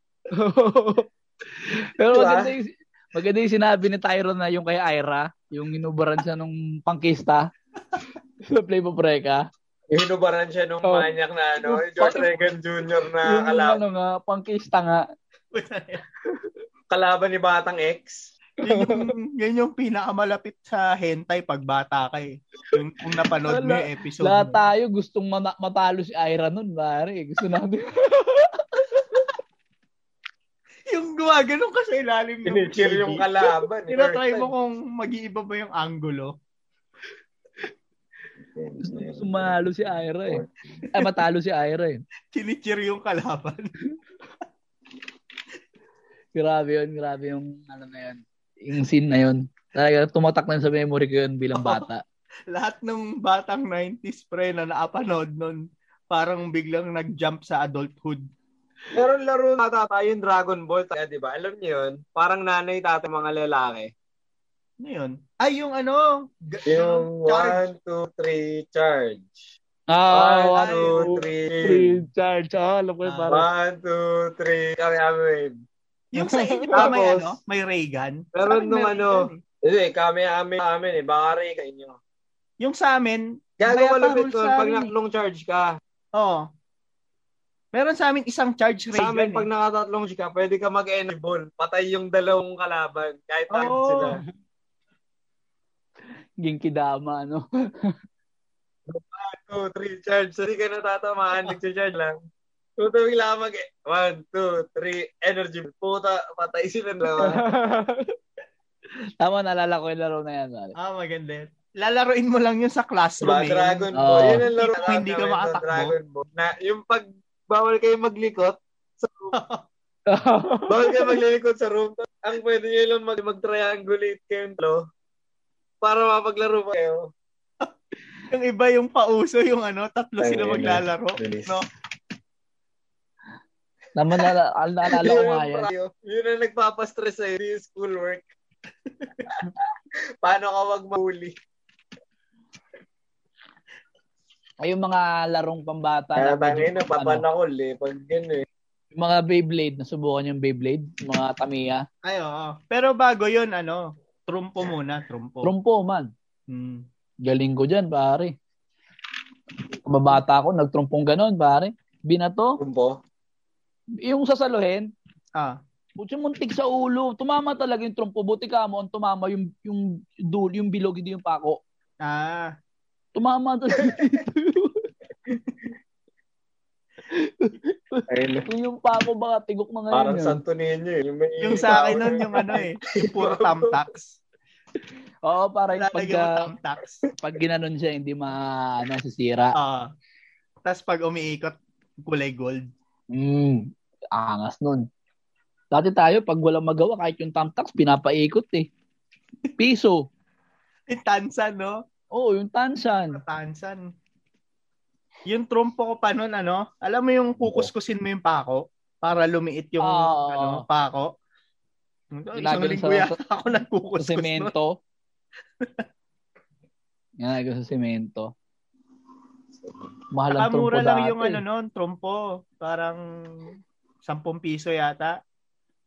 [SPEAKER 1] Pero
[SPEAKER 3] Diba?
[SPEAKER 1] maganda yung, maganda yung sinabi ni Tyron na yung kay Ira, yung inubaran siya nung pangkista sa Play Preka.
[SPEAKER 3] Hinubaran siya nung
[SPEAKER 1] Oh.
[SPEAKER 3] manyak na ano,
[SPEAKER 1] Yung
[SPEAKER 3] George
[SPEAKER 1] fight-
[SPEAKER 3] Reagan Jr. na
[SPEAKER 1] yung
[SPEAKER 3] kalaban,
[SPEAKER 1] ano nga, pangkista nga.
[SPEAKER 3] kalaban ni Batang X.
[SPEAKER 2] Yun yung, yun yung pinakamalapit sa hentai pag bata ka eh. Yung kung napanood mo yung episode.
[SPEAKER 1] Lahat
[SPEAKER 2] mo.
[SPEAKER 1] tayo gustong mana- matalo si Ira nun, pare. Gusto natin.
[SPEAKER 2] Yung gumaganon ka sa ilalim ng
[SPEAKER 3] Pinichir yung kalaban. eh.
[SPEAKER 2] Tinatry mo kung mag-iiba ba yung angulo.
[SPEAKER 1] Gusto, gusto manalo si Ira eh. Ay, matalo si Ira eh.
[SPEAKER 2] Chinichir yung kalaban.
[SPEAKER 1] Grabe yun, grabe yung ano na yun. Yung scene na yun. Talaga, tumatak na yun sa memory ko yun bilang bata.
[SPEAKER 2] Lahat ng batang 90s pre na naapanood nun, parang biglang nag-jump sa adulthood.
[SPEAKER 3] Meron laro na ata tayo yung Dragon Ball, tayo, di ba? Alam niyo yun? Parang nanay tatay mga lalaki.
[SPEAKER 2] Ano yun? Ay, yung ano? Ga-
[SPEAKER 3] Yung
[SPEAKER 2] charge.
[SPEAKER 3] 1, 2, 3, charge.
[SPEAKER 1] Ah,
[SPEAKER 2] one,
[SPEAKER 3] 1,
[SPEAKER 1] one,
[SPEAKER 2] two,
[SPEAKER 1] three,
[SPEAKER 3] 2, 3.
[SPEAKER 1] charge. Ah, alam ko yun,
[SPEAKER 2] Ah.
[SPEAKER 1] parang.
[SPEAKER 3] 1, 2, 3. Kami amin.
[SPEAKER 2] Yung sa inyo ba may
[SPEAKER 3] Tapos,
[SPEAKER 2] ano? May ray gun?
[SPEAKER 3] meron
[SPEAKER 2] Parang
[SPEAKER 3] nung
[SPEAKER 2] may ray
[SPEAKER 3] ano.
[SPEAKER 2] gun eh.
[SPEAKER 3] Hindi, kami amin amin eh. Baka rin kayo nyo.
[SPEAKER 2] Yung sa amin,
[SPEAKER 3] Gago
[SPEAKER 2] Kaya pa
[SPEAKER 3] malapit
[SPEAKER 2] rules
[SPEAKER 3] nun
[SPEAKER 2] sa
[SPEAKER 3] pag
[SPEAKER 2] amin eh.
[SPEAKER 3] naklong charge ka.
[SPEAKER 2] oo. oh. Meron sa amin isang charge eh. ray
[SPEAKER 3] Sa amin,
[SPEAKER 2] gun.
[SPEAKER 3] pag nakatatlong ka, pwede ka mag-enable. Patay yung dalawang kalaban.
[SPEAKER 2] eh.
[SPEAKER 3] Kahit target
[SPEAKER 2] Oo.
[SPEAKER 3] sila.
[SPEAKER 1] Ginkidama, ano.
[SPEAKER 3] 2, 3, charge. Hindi ka natatamaan. Nag-charge lang. Tutawag lang mag 1, 2, 3, energy. Puta, patay sila na.
[SPEAKER 1] Tama, naalala ko yung laro na yan. pare.
[SPEAKER 2] Ah, maganda yun. Lalaroin mo lang yun sa classroom.
[SPEAKER 3] Ba,
[SPEAKER 2] eh.
[SPEAKER 3] Diba, Dragon
[SPEAKER 1] Oo.
[SPEAKER 3] Ball. Yun ang
[SPEAKER 2] Hindi-
[SPEAKER 3] laro namin
[SPEAKER 2] hindi ka
[SPEAKER 3] doon,
[SPEAKER 2] makatakbo.
[SPEAKER 3] Dragon Ball. Na, yung pag bawal kayo maglikot, sa room. bawal kayo maglilikot sa room. Ang pwede nyo lang mag- mag-triangulate kayong talo para mapaglaro pa kayo.
[SPEAKER 2] Yung iba yung pauso, yung ano, tatlo
[SPEAKER 3] Ay,
[SPEAKER 2] sila
[SPEAKER 3] ayun,
[SPEAKER 2] maglalaro.
[SPEAKER 3] bilis.
[SPEAKER 2] No?
[SPEAKER 1] Naman na, naalala ko nga yan.
[SPEAKER 3] Yun, yun ang nagpapastress sa'yo. Hindi yung schoolwork. Paano ka wag mahuli?
[SPEAKER 1] Ay, yung mga larong pambata. na
[SPEAKER 3] Kaya tangin,
[SPEAKER 1] medyo- ano,
[SPEAKER 3] napapanakol eh. Pag gano'n eh.
[SPEAKER 1] yung mga Beyblade, nasubukan yung Beyblade, yung mga Tamiya.
[SPEAKER 2] Ay, oo. Pero bago yun, ano, trumpo muna, trumpo.
[SPEAKER 1] Trumpo man.
[SPEAKER 2] Hmm.
[SPEAKER 1] Galing ko dyan, pare. Kababata ko, nagtrumpong ganon, pare. Binato,
[SPEAKER 3] Kumpo?
[SPEAKER 1] yung sasaluhin,
[SPEAKER 2] Ah,
[SPEAKER 1] putya muntik sa ulo. Tumama talaga yung trumpo. Buti ka mo, ang tumama yung, yung dul, yung bilog, hindi yung pako.
[SPEAKER 2] ah.
[SPEAKER 1] Tumama talaga dito.
[SPEAKER 3] Ayun.
[SPEAKER 1] yung pako baka tigok na ngayon.
[SPEAKER 3] Parang
[SPEAKER 1] yun.
[SPEAKER 3] santo ninyo eh. Yung, may
[SPEAKER 2] Yung sa akin nun, yung ano eh, yung puro tamtax.
[SPEAKER 1] Oo, pare, pag, ah,
[SPEAKER 2] Lalagyan mo tamtax.
[SPEAKER 1] pag ginanon siya, hindi ma, ano, sisira.
[SPEAKER 2] Ah. Tapos pag umiikot, kulay gold.
[SPEAKER 1] Mm, angas nun. Dati tayo, pag walang magawa, kahit yung tamtax, pinapaikot eh. Piso.
[SPEAKER 2] Yung tansan, no?
[SPEAKER 1] Oo, yung tansan.
[SPEAKER 2] Tansan. Yung trumpo ko pa nun, ano, alam mo yung kukuskusin mo yung pako para lumiit yung
[SPEAKER 1] Oo.
[SPEAKER 2] ano, pako. Isang
[SPEAKER 1] Ginaganon
[SPEAKER 2] linggo
[SPEAKER 1] sa-
[SPEAKER 2] yata ako
[SPEAKER 1] Sa
[SPEAKER 2] nagkukuskus nun.
[SPEAKER 1] semento. Yan, ikaw sa semento. Mahal ang trumpo
[SPEAKER 2] Kamura
[SPEAKER 1] dati.
[SPEAKER 2] lang yung ano nun, trompo. Parang 10 piso yata.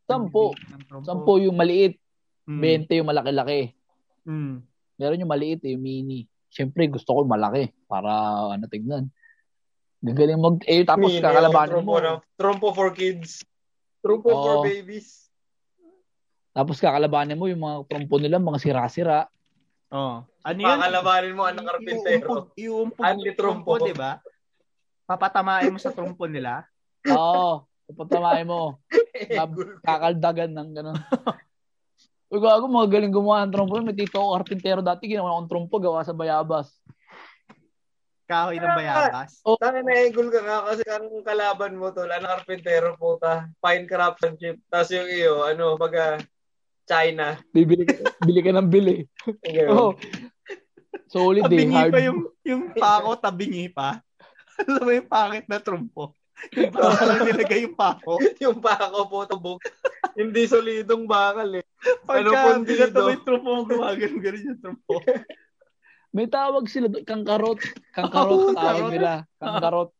[SPEAKER 1] Sampo.
[SPEAKER 2] Ng trompo.
[SPEAKER 1] Sampo yung maliit,
[SPEAKER 2] Mm.
[SPEAKER 1] 20 yung malaki-laki.
[SPEAKER 2] Mm.
[SPEAKER 1] Meron yung maliit, eh, yung mini. Siyempre, gusto ko yung malaki para ano tignan. Gagaling mag... Eh, tapos kakalabanin mo.
[SPEAKER 3] Trompo for kids. Trompo for
[SPEAKER 2] Oh.
[SPEAKER 1] Oo.
[SPEAKER 3] babies.
[SPEAKER 1] Tapos kakalabanin mo yung mga trumpo nila, mga sira-sira.
[SPEAKER 2] Oh. Ano yun?
[SPEAKER 3] Kakalabanin mo anak
[SPEAKER 2] Iuumpog-
[SPEAKER 3] karpintero.
[SPEAKER 2] Iuumpog
[SPEAKER 3] Anli
[SPEAKER 2] yung trompo,
[SPEAKER 3] trompo.
[SPEAKER 2] di ba? Papatamain mo sa trompo nila.
[SPEAKER 1] Oo. Kapatamain mo. Kab- Kakaldagan ng gano'n. Uy, gago, mga galing gumawa ng trompo. May tito ko, karpintero dati, ginawa akong trompo, gawa sa bayabas.
[SPEAKER 2] Kahoy ng bayabas.
[SPEAKER 3] Tangin na egol ka nga kasi ang kalaban mo tol, anak karpintero puta. Fine craftsmanship. Tapos yung iyo, ano, baga China.
[SPEAKER 1] Bibili, bili ka ng bili.
[SPEAKER 3] Ganun.
[SPEAKER 1] Oo. Solid eh,
[SPEAKER 2] Tabingi
[SPEAKER 1] hard.
[SPEAKER 2] pa yung, yung pako, tabingi pa. Alam mo yung pangit na trompo. Yung parang lang nilagay yung pako.
[SPEAKER 3] Yung pako po tubog. Hindi solidong bakal eh. Ano
[SPEAKER 2] Pagka
[SPEAKER 3] pundido?
[SPEAKER 2] bigat mo yung trompo, gumagano ganun yung trompo.
[SPEAKER 1] May tawag sila doon, kangkarot. Kangkarot,
[SPEAKER 2] Oo,
[SPEAKER 1] tawag
[SPEAKER 2] karot.
[SPEAKER 1] nila. Kangkarot.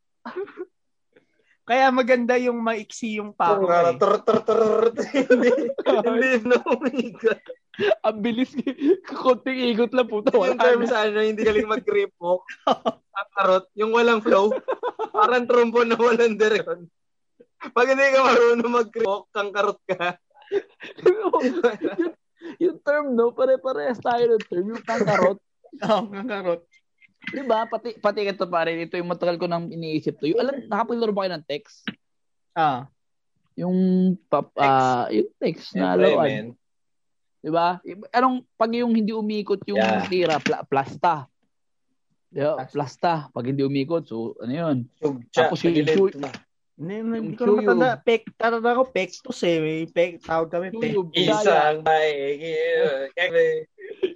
[SPEAKER 2] Kaya maganda yung maiksi yung
[SPEAKER 1] Ah,
[SPEAKER 2] pako.
[SPEAKER 3] Kung nga,
[SPEAKER 2] Eh.
[SPEAKER 3] tur tur tur tur, hindi, hindi na umiikot.
[SPEAKER 1] Ang bilis. Kunting ikot lang puta. Wala
[SPEAKER 3] Yung term
[SPEAKER 1] na.
[SPEAKER 3] sa ano, hindi galing mag-grip walk. Ang tarot, yung walang flow. Parang trompo na walang direksyon. Pag hindi ka marunong mag-grip walk, kang karot ka.
[SPEAKER 1] yung term, no? Pare-parehas tayo ng term. Yung pangkarot.
[SPEAKER 2] Oo, ang karot.
[SPEAKER 1] Di ba? Pati, pati ito, pare. Ito yung matagal ko nang iniisip to. Yung, alam, nakapaglalaro ba kayo ng text?
[SPEAKER 2] Ah,
[SPEAKER 1] Yung, pap, ah, yung text na
[SPEAKER 3] Siyempre,
[SPEAKER 1] laruan.
[SPEAKER 3] man.
[SPEAKER 1] Di ba? Anong, pag yung hindi umiikot yung
[SPEAKER 3] Yeah.
[SPEAKER 1] tira, pla- plasta. Di ba? Plasta. Pag hindi umiikot, so, ano yun?
[SPEAKER 3] Sugtsa,
[SPEAKER 1] Tapos yung
[SPEAKER 3] tagilid
[SPEAKER 1] shoot.
[SPEAKER 3] na.
[SPEAKER 2] hindi, hindi
[SPEAKER 1] Yung
[SPEAKER 2] ko na
[SPEAKER 1] Chuyo.
[SPEAKER 2] matanda. Pek, tatanda ko, Pektus eh. May Pek, tawag kami Pek.
[SPEAKER 1] Yung Bisaya.
[SPEAKER 3] Isang daig. Kaya,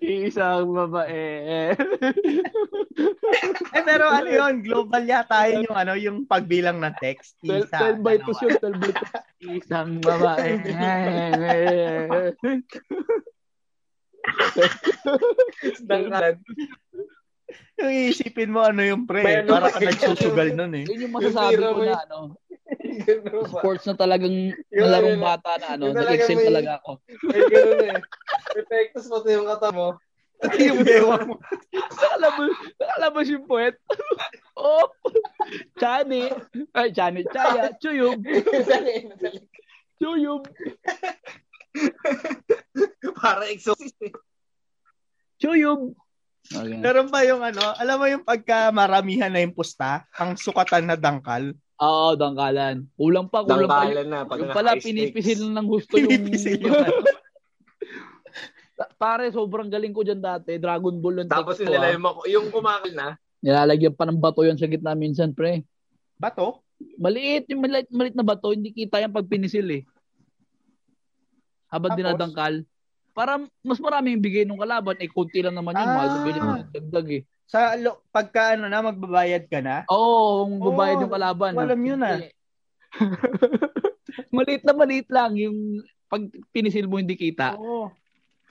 [SPEAKER 1] Isang babae.
[SPEAKER 2] Eh, pero ano yun, global yata yun yung ano, yung pagbilang ng text.
[SPEAKER 1] 12,
[SPEAKER 2] Isa,
[SPEAKER 1] 12 by 2
[SPEAKER 2] dalawa.
[SPEAKER 1] yun, 12 by 2. Isang babae.
[SPEAKER 3] isang
[SPEAKER 2] Yung iisipin mo ano yung pre,
[SPEAKER 3] May ano
[SPEAKER 2] para
[SPEAKER 3] ba
[SPEAKER 2] ka
[SPEAKER 3] yun?
[SPEAKER 2] nagsusugal nun eh.
[SPEAKER 1] Yun yung masasabi ko
[SPEAKER 3] Yung hero
[SPEAKER 1] na ano,
[SPEAKER 3] Ganun ba?
[SPEAKER 1] sports na talagang
[SPEAKER 3] Yun,
[SPEAKER 1] larong
[SPEAKER 3] yun,
[SPEAKER 1] bata na ano,
[SPEAKER 3] yun talaga
[SPEAKER 1] nag-excel
[SPEAKER 3] may-
[SPEAKER 1] talaga ako.
[SPEAKER 3] Ay, ganun eh. Epektos mo yung kata mo.
[SPEAKER 2] Pati yung dewa mo.
[SPEAKER 1] Nakalabas, nakalabas yung puwet. Oh, Chani. Ay, Chani. Chaya. Chuyub.
[SPEAKER 3] Dali, dali.
[SPEAKER 1] Chuyub.
[SPEAKER 3] Para exorcist eh.
[SPEAKER 1] Chuyub. Okay.
[SPEAKER 2] Meron pa yung ano, alam mo yung pagka maramihan na yung pusta, ang sukatan na dangkal.
[SPEAKER 1] Oo, dangkalan. Kulang pa, kulang pa. Yung,
[SPEAKER 3] Dangkalan na. Pag
[SPEAKER 1] yung
[SPEAKER 3] naka-
[SPEAKER 1] pala,
[SPEAKER 3] high stakes.
[SPEAKER 1] pinipisil ng gusto yung...
[SPEAKER 2] Pinipisil yung ano.
[SPEAKER 1] Pare, sobrang galing ko dyan dati. Dragon Ball yung
[SPEAKER 3] Tapos
[SPEAKER 1] text ko,
[SPEAKER 3] nila
[SPEAKER 1] ah.
[SPEAKER 3] yung, mak- yung kumakal na.
[SPEAKER 1] Nilalagyan pa ng bato yun sa gitna minsan, pre.
[SPEAKER 2] Bato?
[SPEAKER 1] Maliit, yung maliit, maliit na bato, hindi kita yan pag pinisil eh. Habang
[SPEAKER 2] Tapos?
[SPEAKER 1] dinadangkal. Para mas marami yung bigay ng kalaban, eh, kunti lang naman yun.
[SPEAKER 2] Ah.
[SPEAKER 1] Mahal na bilhin ng dagdag eh.
[SPEAKER 2] Sa lo, pagka ano na, magbabayad ka na.
[SPEAKER 1] Oo, oh, kung babayad
[SPEAKER 2] Oo,
[SPEAKER 1] yung kalaban.
[SPEAKER 2] alam yun, ah.
[SPEAKER 1] Hindi. maliit na maliit lang yung pag pinisil mo hindi kita.
[SPEAKER 2] Oo.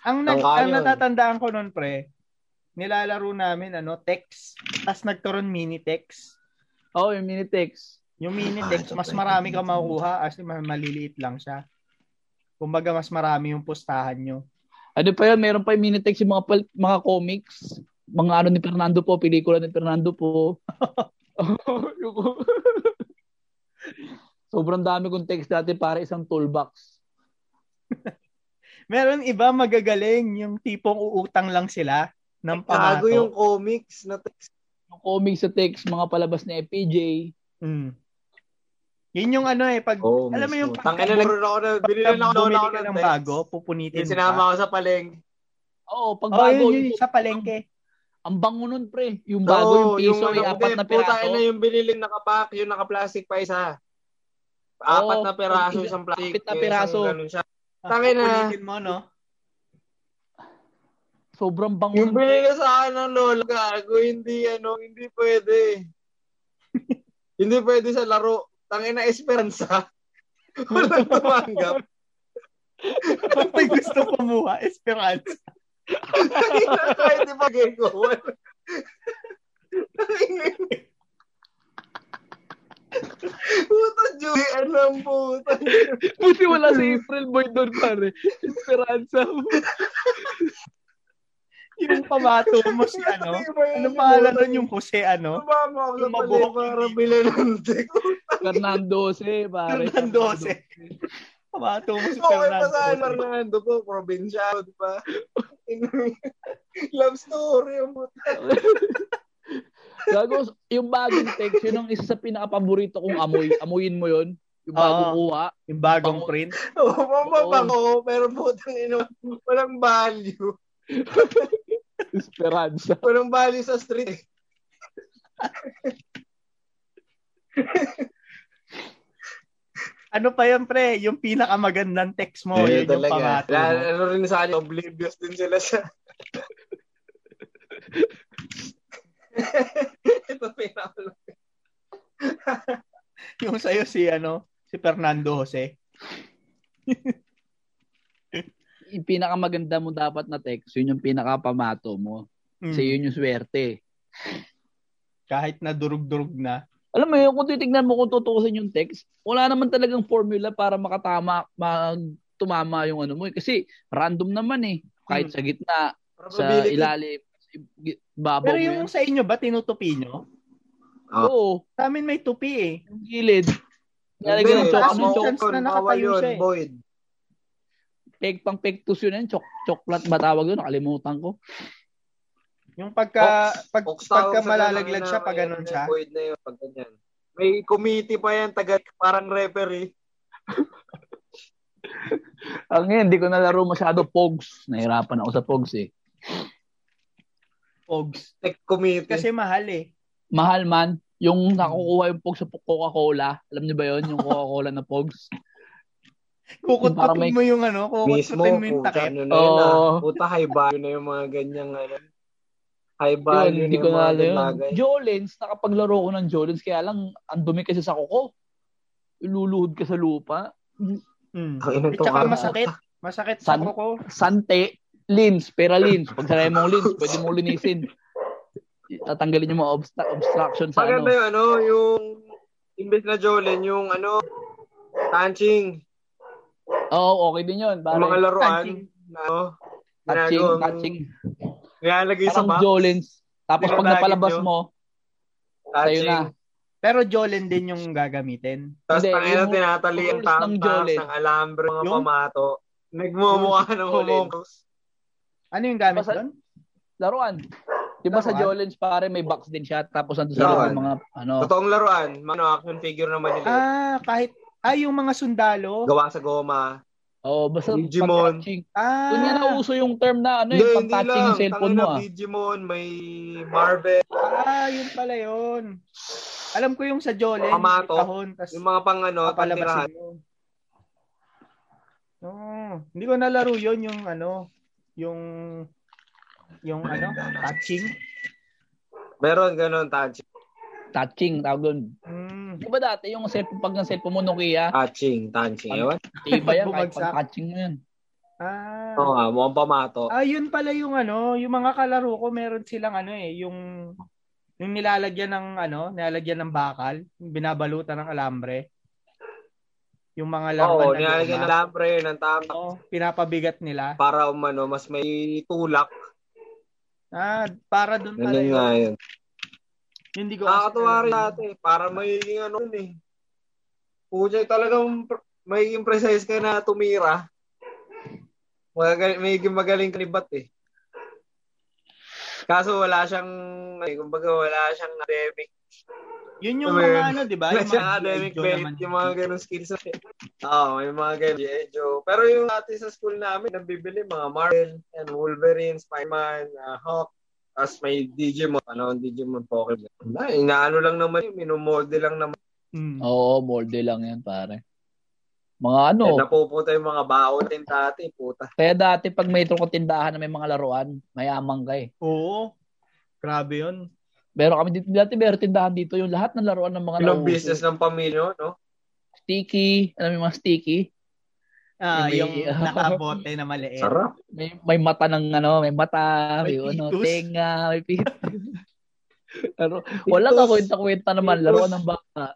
[SPEAKER 2] Ang, nag,
[SPEAKER 3] Dangkal
[SPEAKER 2] ang
[SPEAKER 3] yun.
[SPEAKER 2] natatandaan ko nun pre, nilalaro namin ano, text. Tapos nagkaroon mini text.
[SPEAKER 1] Oo, oh, yung mini text.
[SPEAKER 2] Yung mini
[SPEAKER 3] Ah,
[SPEAKER 2] text,
[SPEAKER 3] ito
[SPEAKER 2] mas
[SPEAKER 3] pa yung
[SPEAKER 2] marami ka
[SPEAKER 3] mini-text.
[SPEAKER 2] makukuha as in, mas maliliit lang siya. Kumbaga, mas marami yung pustahan nyo.
[SPEAKER 1] Ano pa yun? Meron pa yung mini text yung mga, pal- mga comics. Mga ano ni Fernando po, pelikula ni Fernando po. Yung- Sobrang dami kong text dati para isang toolbox.
[SPEAKER 2] Meron iba magagaling yung tipong uutang lang sila ng pangato.
[SPEAKER 3] Tago yung comics na text.
[SPEAKER 1] Yung comics sa text, mga palabas ni FPJ.
[SPEAKER 2] Mm. Yun yung ano eh, pag
[SPEAKER 3] Oh,
[SPEAKER 2] Alam mo yung pagka-
[SPEAKER 3] Tangin na nagkaroon ako na. Binili na ako
[SPEAKER 2] bumili
[SPEAKER 3] na ako
[SPEAKER 2] ka
[SPEAKER 3] ng
[SPEAKER 2] ng
[SPEAKER 3] text.
[SPEAKER 2] bago, pupunitin
[SPEAKER 3] Yung
[SPEAKER 2] mo
[SPEAKER 3] sinama
[SPEAKER 2] pa.
[SPEAKER 3] ko sa paleng.
[SPEAKER 1] Oo, pag
[SPEAKER 2] Oh,
[SPEAKER 1] bago.
[SPEAKER 2] yun, yun,
[SPEAKER 1] yung-
[SPEAKER 2] sa palengke.
[SPEAKER 1] ang bango nun, pre. Yung bago, yung piso, yung, apat na piraso.
[SPEAKER 3] Putain na ano, yung biniling nakapak, yung nakaplastic pa isa. Apat
[SPEAKER 1] Oo,
[SPEAKER 3] na piraso,
[SPEAKER 1] isa-
[SPEAKER 3] isang
[SPEAKER 1] apat
[SPEAKER 3] plastic.
[SPEAKER 1] na
[SPEAKER 3] isang
[SPEAKER 1] piraso.
[SPEAKER 3] ganun siya. Tangin na.
[SPEAKER 2] Oh, Pupunitin mo, no?
[SPEAKER 1] Sobrang bango
[SPEAKER 3] Yung
[SPEAKER 1] nun.
[SPEAKER 3] binili sa akin ng lola, gago, hindi ano, hindi pwede. hindi pwede sa laro. Tangin na esperanza. Walang tumanggap.
[SPEAKER 2] Pag may gusto kumuha, Esperanza.
[SPEAKER 3] Tangin na kahit di pa gego. Wal- Tangin na. Puta, Julie, ano ang puta?
[SPEAKER 1] Buti wala si April Boy doon, pare. Esperanza.
[SPEAKER 2] Yung pamato mo si ano. Ano pangalan nun yung Jose, ano?
[SPEAKER 3] Tumama ako sa
[SPEAKER 2] Yung
[SPEAKER 3] pali
[SPEAKER 2] mabuhok.
[SPEAKER 3] para bilhin ng tek.
[SPEAKER 1] Fernando, eh, pare.
[SPEAKER 2] Fernando Jose. Pamato mo si
[SPEAKER 3] Okay pa
[SPEAKER 2] Fernando.
[SPEAKER 3] sa akin,
[SPEAKER 2] Jose.
[SPEAKER 3] Fernando po, probinsyano, di ba? Love story, ang puta.
[SPEAKER 1] Gago, yung bagong text, yun ang isa sa pinakapaborito kong amoy. Amoyin mo yun. Yung bagong
[SPEAKER 2] Oo.
[SPEAKER 1] kuha.
[SPEAKER 2] Yung bagong print.
[SPEAKER 3] Oo, mababango, pero putang ino, walang value.
[SPEAKER 1] Esperanza.
[SPEAKER 3] Walang value sa street. eh.
[SPEAKER 2] Ano pa yan, pre? Yung pinakamagandang text mo. yun yung pamato
[SPEAKER 3] Wala,
[SPEAKER 2] mo.
[SPEAKER 3] ano rin sa akin, oblivious din sila sa... Ito pinakala.
[SPEAKER 2] Yung sa'yo si, ano, si Fernando Jose.
[SPEAKER 1] Yung pinakamaganda mo dapat na text, yun yung pinakapamato mo.
[SPEAKER 2] Mm.
[SPEAKER 1] Kasi yun yung swerte.
[SPEAKER 2] Kahit na durug-durug na.
[SPEAKER 1] Alam mo yun, kung titignan mo kung tutuusin yung text, wala naman talagang formula para makatama, mag, tumama yung ano mo. eh. Kasi random naman eh. Kahit
[SPEAKER 2] Mm.
[SPEAKER 1] sa gitna, sa
[SPEAKER 3] Probability.
[SPEAKER 1] ilalim, sa gi- babaw
[SPEAKER 2] Pero
[SPEAKER 1] mo
[SPEAKER 2] yung Ah.
[SPEAKER 1] yun.
[SPEAKER 2] sa inyo ba, tinutupi nyo?
[SPEAKER 1] Oo,
[SPEAKER 2] Sa amin may tupi eh.
[SPEAKER 1] yung gilid.
[SPEAKER 3] Hindi,
[SPEAKER 1] Nalagyan ng
[SPEAKER 2] Pero
[SPEAKER 1] choka
[SPEAKER 3] tama
[SPEAKER 1] mo.
[SPEAKER 2] assumptions na
[SPEAKER 3] yun,
[SPEAKER 2] eh.
[SPEAKER 3] bawal
[SPEAKER 2] nakatayo
[SPEAKER 3] yun,
[SPEAKER 2] siya eh.
[SPEAKER 3] Void.
[SPEAKER 1] Peg pang pegtus yun yan. Chok, choklat ba tawag yun? Nakalimutan ko.
[SPEAKER 2] Yung pagka, pag,
[SPEAKER 3] Fox
[SPEAKER 2] pagka
[SPEAKER 3] Town sa
[SPEAKER 2] malalaglag
[SPEAKER 3] kanila,
[SPEAKER 2] siya, pag
[SPEAKER 3] may
[SPEAKER 2] ganun siya.
[SPEAKER 3] Void na yun, pag ganyan. May committee pa yan, taga, parang referee.
[SPEAKER 1] Ang Ah, ngayon, hindi ko nalaro masyado Pogs. Nahirapan ako sa Pogs eh.
[SPEAKER 2] Pogs.
[SPEAKER 3] Tech committee.
[SPEAKER 2] Kasi mahal eh.
[SPEAKER 1] Mahal man, yung nakukuha yung Pogs sa Coca-Cola. Alam niyo ba yon Yung Coca-Cola na Pogs. Para
[SPEAKER 2] Kukutkutin
[SPEAKER 1] may-
[SPEAKER 2] mo yung ano, kukutkutin
[SPEAKER 3] mismo,
[SPEAKER 2] mo yung
[SPEAKER 3] puta,
[SPEAKER 2] takip.
[SPEAKER 3] ano na yun ah.
[SPEAKER 1] Oo.
[SPEAKER 3] Puta, high value na yung mga ganyang, ano. High
[SPEAKER 1] Yun,
[SPEAKER 3] value
[SPEAKER 1] hindi
[SPEAKER 3] na
[SPEAKER 1] ko
[SPEAKER 3] yung mga
[SPEAKER 1] nalaro yun.
[SPEAKER 3] bagay.
[SPEAKER 1] Jolens, nakapaglaro ko ng Jolens. Kaya lang, ang dumi kasi sa kuko. Iluluhod ka sa lupa.
[SPEAKER 2] Hmm.
[SPEAKER 3] Ang ina
[SPEAKER 2] At
[SPEAKER 3] to,
[SPEAKER 2] saka
[SPEAKER 3] Carl.
[SPEAKER 2] masakit. Masakit sa
[SPEAKER 1] San-
[SPEAKER 2] kuko.
[SPEAKER 1] Sante, lins, pera lins. Pag sanay mong lins, pwede mong linisin. Tatanggalin yung mga obsta- obstruction sa
[SPEAKER 3] Maganda
[SPEAKER 1] ano.
[SPEAKER 3] yung ano, yung imbes na Jolen, yung ano, punching,
[SPEAKER 1] Oo, okay din yun.
[SPEAKER 3] yung mga
[SPEAKER 1] Pare.
[SPEAKER 3] laruan,
[SPEAKER 2] Punching.
[SPEAKER 3] na ano,
[SPEAKER 1] Touching,
[SPEAKER 3] ginagawang-
[SPEAKER 1] touching.
[SPEAKER 3] nilalagay sa
[SPEAKER 1] Parang
[SPEAKER 3] box,
[SPEAKER 1] Jolens. Tapos
[SPEAKER 2] Hindi ko
[SPEAKER 1] pag
[SPEAKER 2] nakikita
[SPEAKER 1] napalabas
[SPEAKER 3] yun.
[SPEAKER 1] mo, sa'yo
[SPEAKER 3] touching,
[SPEAKER 1] na.
[SPEAKER 2] Pero Jolen din yung gagamitin.
[SPEAKER 3] tapos
[SPEAKER 1] Hindi,
[SPEAKER 3] tangina
[SPEAKER 1] yung
[SPEAKER 3] tinatali yung
[SPEAKER 1] rules ng
[SPEAKER 3] tamtas
[SPEAKER 1] Jolen.
[SPEAKER 3] ng alambre, mga
[SPEAKER 2] Yung-
[SPEAKER 3] pamato, nagmumukha ng
[SPEAKER 1] Jolen.
[SPEAKER 3] humongkos.
[SPEAKER 2] Ano yung gamit
[SPEAKER 1] Basta-
[SPEAKER 2] doon?
[SPEAKER 1] Laruan. Di ba sa
[SPEAKER 2] Laruan?
[SPEAKER 1] Jolens, pare, may box din siya. Tapos nandun sa
[SPEAKER 3] Laruan.
[SPEAKER 1] loob ng mga, ano,
[SPEAKER 3] Totoong laruan, mga ano, action figure naman nila.
[SPEAKER 2] Ah, kahit... Ah, yung mga sundalo.
[SPEAKER 3] Gawa sa goma.
[SPEAKER 1] oh, basta
[SPEAKER 3] Digimon.
[SPEAKER 1] pag-touching.
[SPEAKER 2] Ah,
[SPEAKER 1] Doon nga nauso yung term na, ano,
[SPEAKER 3] Hindi,
[SPEAKER 1] yung
[SPEAKER 3] hindi
[SPEAKER 1] pag-touching
[SPEAKER 3] lang.
[SPEAKER 1] yung cellphone mo,
[SPEAKER 3] Tangina,
[SPEAKER 1] ah.
[SPEAKER 3] Digimon, may Marvel,
[SPEAKER 2] ah, yun pala yun. Alam ko yung sa Jolen, may
[SPEAKER 3] Pamato.
[SPEAKER 2] kahon, tas
[SPEAKER 3] yung mga pang ano,
[SPEAKER 2] papalabasin
[SPEAKER 3] tandirahan.
[SPEAKER 2] mo. No, hindi ko nalaro yun yung ano, yung yung ano, touching.
[SPEAKER 3] Meron ganun, touching.
[SPEAKER 1] Touching, tawag doon.
[SPEAKER 2] Mm.
[SPEAKER 1] Di ba dati yung cellphone, pag ng cellphone mo, Nokia,
[SPEAKER 3] Touching, touching. Ewan.
[SPEAKER 1] iba yan, kahit
[SPEAKER 2] Bumagsak.
[SPEAKER 1] pag-touching mo yan.
[SPEAKER 2] Ah.
[SPEAKER 3] Oo nga, mukhang pamato.
[SPEAKER 2] Ah, yun pala yung ano, yung mga kalaro ko meron silang ano eh, yung yung nilalagyan ng ano, nilalagyan ng bakal, yung binabalutan ng alambre. Yung mga laruan
[SPEAKER 3] Oo,
[SPEAKER 2] na
[SPEAKER 3] nilalagyan ng
[SPEAKER 2] guma.
[SPEAKER 3] lambre, ng tamak
[SPEAKER 2] Oo, pinapabigat nila.
[SPEAKER 3] para umano, mas may tulak.
[SPEAKER 2] Ah, para dun pala
[SPEAKER 3] Ganun
[SPEAKER 2] yun.
[SPEAKER 3] nga yun.
[SPEAKER 2] Hindi ko kasi
[SPEAKER 3] Nakakatuwa rin
[SPEAKER 2] alam.
[SPEAKER 3] dati. Para magiging ano yun eh. Puja, talagang pr- magiging precise ka na tumira. Magagal, magiging magaling kalibat eh. Kaso wala siyang, ay, kumbaga wala siyang academic.
[SPEAKER 2] Yun yung
[SPEAKER 3] Ano
[SPEAKER 2] mga
[SPEAKER 3] yun?
[SPEAKER 2] ano, di ba?
[SPEAKER 3] Wala
[SPEAKER 2] Yung
[SPEAKER 3] siyang
[SPEAKER 2] mga
[SPEAKER 3] academic
[SPEAKER 2] medyo
[SPEAKER 3] merit,
[SPEAKER 2] naman.
[SPEAKER 3] yung mga ganun skills. na- Oo, may mga ganun. G.I. Joe. Pero yung dati sa school namin, nabibili mga Marvel, and Wolverine, Spider-Man, ah, Hawk, tapos may Digimon, ano, Digimon Pokemon. Na, inaano lang naman yun, minomodel lang naman.
[SPEAKER 2] Mm.
[SPEAKER 1] Oo, molde lang yan, pare. Mga ano,
[SPEAKER 3] Eh, napupunta yung mga baon din dati, puta.
[SPEAKER 1] kaya dati pag may trukong tindahan na may mga laruan, mayamang ka eh.
[SPEAKER 2] Oo. Grabe yun.
[SPEAKER 1] Meron kami dito, dati meron tindahan dito yung lahat ng laruan ng mga
[SPEAKER 3] Yung
[SPEAKER 1] nauso.
[SPEAKER 3] business ng pamilya, no?
[SPEAKER 1] Sticky, alam mo yung mga sticky?
[SPEAKER 2] Ah, yung
[SPEAKER 1] Yung may-
[SPEAKER 2] nakabote na maliit.
[SPEAKER 3] Sarap.
[SPEAKER 1] May, may mata ng ano, may mata, may,
[SPEAKER 2] May
[SPEAKER 1] ano,
[SPEAKER 2] pitus.
[SPEAKER 1] tenga, may pit. Pero wala ka kwenta-kwenta naman,
[SPEAKER 2] Pitus.
[SPEAKER 1] laro ng bata.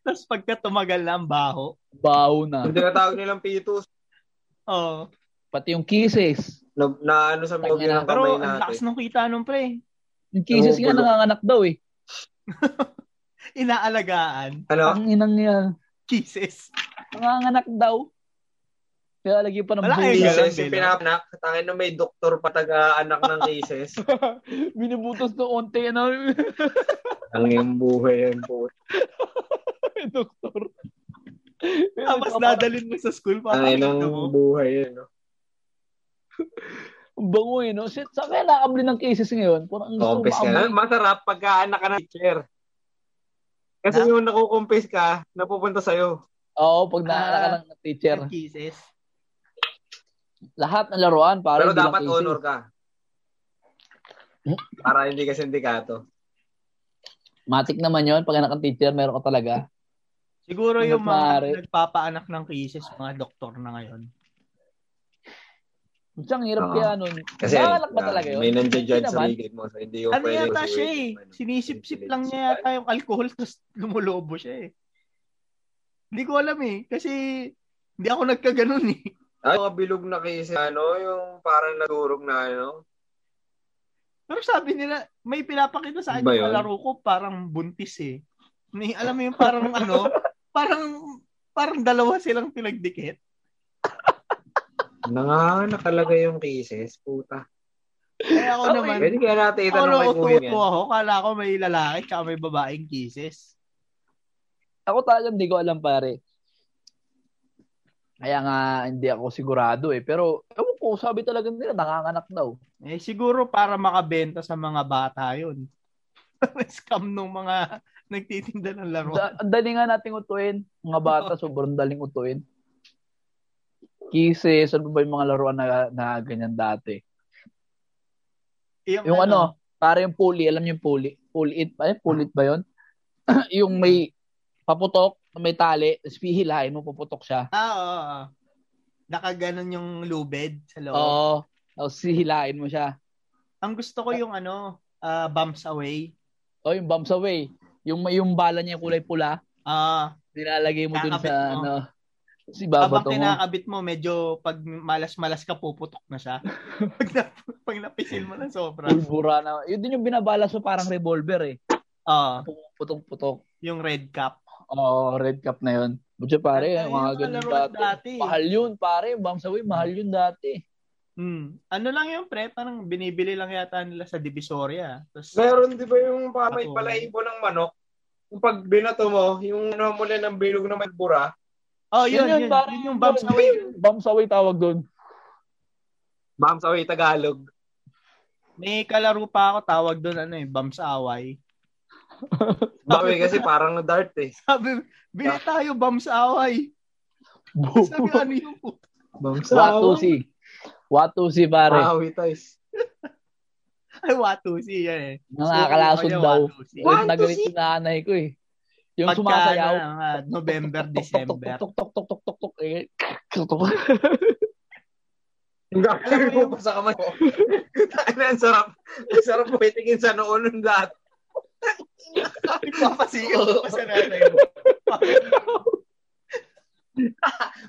[SPEAKER 2] Tapos pagka tumagal na ang baho,
[SPEAKER 1] Baho na.
[SPEAKER 3] Yung tinatawag nilang pitus,
[SPEAKER 2] oh,
[SPEAKER 1] Pati yung kisses.
[SPEAKER 3] na, na ano sa mga ng kamay
[SPEAKER 2] pero ang lakas
[SPEAKER 3] natin.
[SPEAKER 2] nung kita nung pre.
[SPEAKER 1] Yung kisses nga
[SPEAKER 3] Namumulot.
[SPEAKER 1] nanganganak daw eh.
[SPEAKER 2] Inaalagaan,
[SPEAKER 3] Ano?
[SPEAKER 1] Ang inang yan.
[SPEAKER 2] kisses.
[SPEAKER 1] Nanganganak daw. Kaya lagi pa ng
[SPEAKER 2] Wala
[SPEAKER 1] buhay.
[SPEAKER 2] Ang kayo.
[SPEAKER 3] Cases,
[SPEAKER 2] galang,
[SPEAKER 3] yung
[SPEAKER 2] no?
[SPEAKER 3] pinapanak, tangin na may doktor pataga-anak ng cases.
[SPEAKER 1] Binibutas na onte ano.
[SPEAKER 3] Ang yung buhay yan po.
[SPEAKER 1] Doktor.
[SPEAKER 2] Tapos dadalhin mo sa school pa.
[SPEAKER 3] Ang inang
[SPEAKER 2] mo.
[SPEAKER 3] buhay yan. No?
[SPEAKER 1] Ang bango eh, no? Shit, saan kaya nakabli ng cases ngayon? Parang ang gusto
[SPEAKER 3] Kumpis ka na.
[SPEAKER 1] maamoy.
[SPEAKER 3] Masarap pagka anak ka ng teacher. Kasi
[SPEAKER 2] Ha?
[SPEAKER 3] yung nakukumpis ka, napupunta sa'yo.
[SPEAKER 1] Oo, pag naalala
[SPEAKER 3] Ah.
[SPEAKER 1] ka ng teacher.
[SPEAKER 2] Kisses.
[SPEAKER 1] Lahat ng laruan, para
[SPEAKER 3] Pero dapat honor ka. Hmm? Para hindi ka sindikato.
[SPEAKER 1] Matik naman yun, pag anak ng teacher, meron ka talaga.
[SPEAKER 2] Siguro yung mga
[SPEAKER 1] Ano Pare.
[SPEAKER 2] nagpapaanak ng kisses, mga doktor na ngayon.
[SPEAKER 1] Kasi ang hirap
[SPEAKER 3] Oo.
[SPEAKER 1] kaya nun.
[SPEAKER 3] Kasi
[SPEAKER 1] Baalak ba
[SPEAKER 3] ah,
[SPEAKER 1] talaga yun?
[SPEAKER 3] may nandiyan
[SPEAKER 1] Hindi
[SPEAKER 3] sa
[SPEAKER 1] naman.
[SPEAKER 3] ligid mo. So hindi ko
[SPEAKER 2] Ano
[SPEAKER 3] pwede
[SPEAKER 2] yata
[SPEAKER 3] kasi
[SPEAKER 2] siya eh?
[SPEAKER 3] wait, ano,
[SPEAKER 2] Sinisip-sip
[SPEAKER 3] manipulate.
[SPEAKER 2] lang niya yata yung alcohol tapos lumulobo siya eh. Hindi ko alam eh. Kasi hindi ako nagkaganon eh.
[SPEAKER 3] Ay, mga bilog na kasi ano, yung parang nadurog na ano.
[SPEAKER 2] Pero sabi nila, may pinapakita sa akin
[SPEAKER 3] Ano Ba
[SPEAKER 2] yung
[SPEAKER 3] yun?
[SPEAKER 2] laro ko parang buntis eh. May, alam mo yung parang ano, parang parang dalawa silang pinagdikit.
[SPEAKER 3] Nanga, nakalagay yung cases. Puta.
[SPEAKER 2] Kaya ako Okay. naman,
[SPEAKER 3] Pwede kaya natin
[SPEAKER 2] ako
[SPEAKER 3] itanong
[SPEAKER 2] nung
[SPEAKER 3] kay Kuya
[SPEAKER 2] ututo
[SPEAKER 3] yan.
[SPEAKER 2] ako, kala ko may lalaki tsaka may babaeng kisses.
[SPEAKER 1] Ako talagang hindi ko alam pare. Kaya nga hindi ako sigurado eh. Pero ewan ko, sabi talaga nila nanganganak daw.
[SPEAKER 2] Eh, siguro para makabenta sa mga bata yun. Scam nung mga nagtitinda ng laro.
[SPEAKER 1] Da- Ang dali nga nating utuin. Mga bata, sobrang daling utuin. Kisses, ano ba yung mga laruan na, na ganyan dati? Yung ano, para yung pulley, alam niyo yung pulley. Pulley it ba? yun? Pulley it ba yun? yung may paputok, may tali, tapos pihilahin mo, puputok siya.
[SPEAKER 2] Ah, oo, oo. Nakaganon yung lubed sa loob.
[SPEAKER 1] Oo. Tapos sihilahin mo siya.
[SPEAKER 2] Ang gusto ko yung ano, ah, bumps away.
[SPEAKER 1] O yung bombs away. Yung, yung bala niya kulay pula,
[SPEAKER 2] Ah,
[SPEAKER 1] nilalagay mo dun
[SPEAKER 2] Kakabit
[SPEAKER 1] sa
[SPEAKER 2] oh. mo.
[SPEAKER 1] ano, si
[SPEAKER 2] habang
[SPEAKER 1] babato mo.
[SPEAKER 2] kinakabit mo, medyo pag malas-malas ka, puputok na siya. pag, na, pag napisil mo ng sobra.
[SPEAKER 1] Pulbura na. Yun din yung binabalas mo parang revolver eh.
[SPEAKER 2] Ah,
[SPEAKER 1] Putok-putok.
[SPEAKER 2] yung red cap.
[SPEAKER 1] Oo, red cup na yun. Buti pare,
[SPEAKER 2] Ay,
[SPEAKER 1] yung mga
[SPEAKER 2] yung
[SPEAKER 1] ganun
[SPEAKER 2] laro
[SPEAKER 1] dati.
[SPEAKER 2] dati.
[SPEAKER 1] Mahal yun, pare. Bamsawi, mahal yun dati.
[SPEAKER 2] Hmm. Ano lang yung pre, parang binibili lang yata nila sa Divisoria. Tapos,
[SPEAKER 3] Meron di ba yung parang may
[SPEAKER 2] Ako.
[SPEAKER 3] palahibo ng manok? Yung pag binato mo, yung ano mula ng bilog na may bura.
[SPEAKER 2] oh, yun, yun, yun,
[SPEAKER 1] pare.
[SPEAKER 2] yung bumps away.
[SPEAKER 1] Bamsawi tawag doon.
[SPEAKER 3] Ma'am, sa way, Tagalog.
[SPEAKER 2] May kalaro pa ako tawag doon ano eh, bumps away.
[SPEAKER 3] Bawi kasi parang dart eh.
[SPEAKER 2] Sabi, bili tayo bumps away. Sabi, ano yung
[SPEAKER 1] Watusi. Watusi, pare.
[SPEAKER 3] Bawi toys.
[SPEAKER 2] Ay, watusi yan eh.
[SPEAKER 1] Nakakalasod daw.
[SPEAKER 2] Watusi.
[SPEAKER 1] Yun na
[SPEAKER 3] Watusi.
[SPEAKER 1] galit yung nanay ko eh. Yung
[SPEAKER 2] Pagka,
[SPEAKER 1] sumasayaw.
[SPEAKER 2] ano, mga November,
[SPEAKER 1] tok, tok, tok,
[SPEAKER 2] December.
[SPEAKER 1] Tok, tok, tok, tok, tok, tok, eh. Tok, tok.
[SPEAKER 3] Yung gagawin mo pa sa kamay ko. Ano, ang sarap. Ang sarap pumitingin sa noon nung dati.
[SPEAKER 2] Papasigaw ko pa sa nanay mo.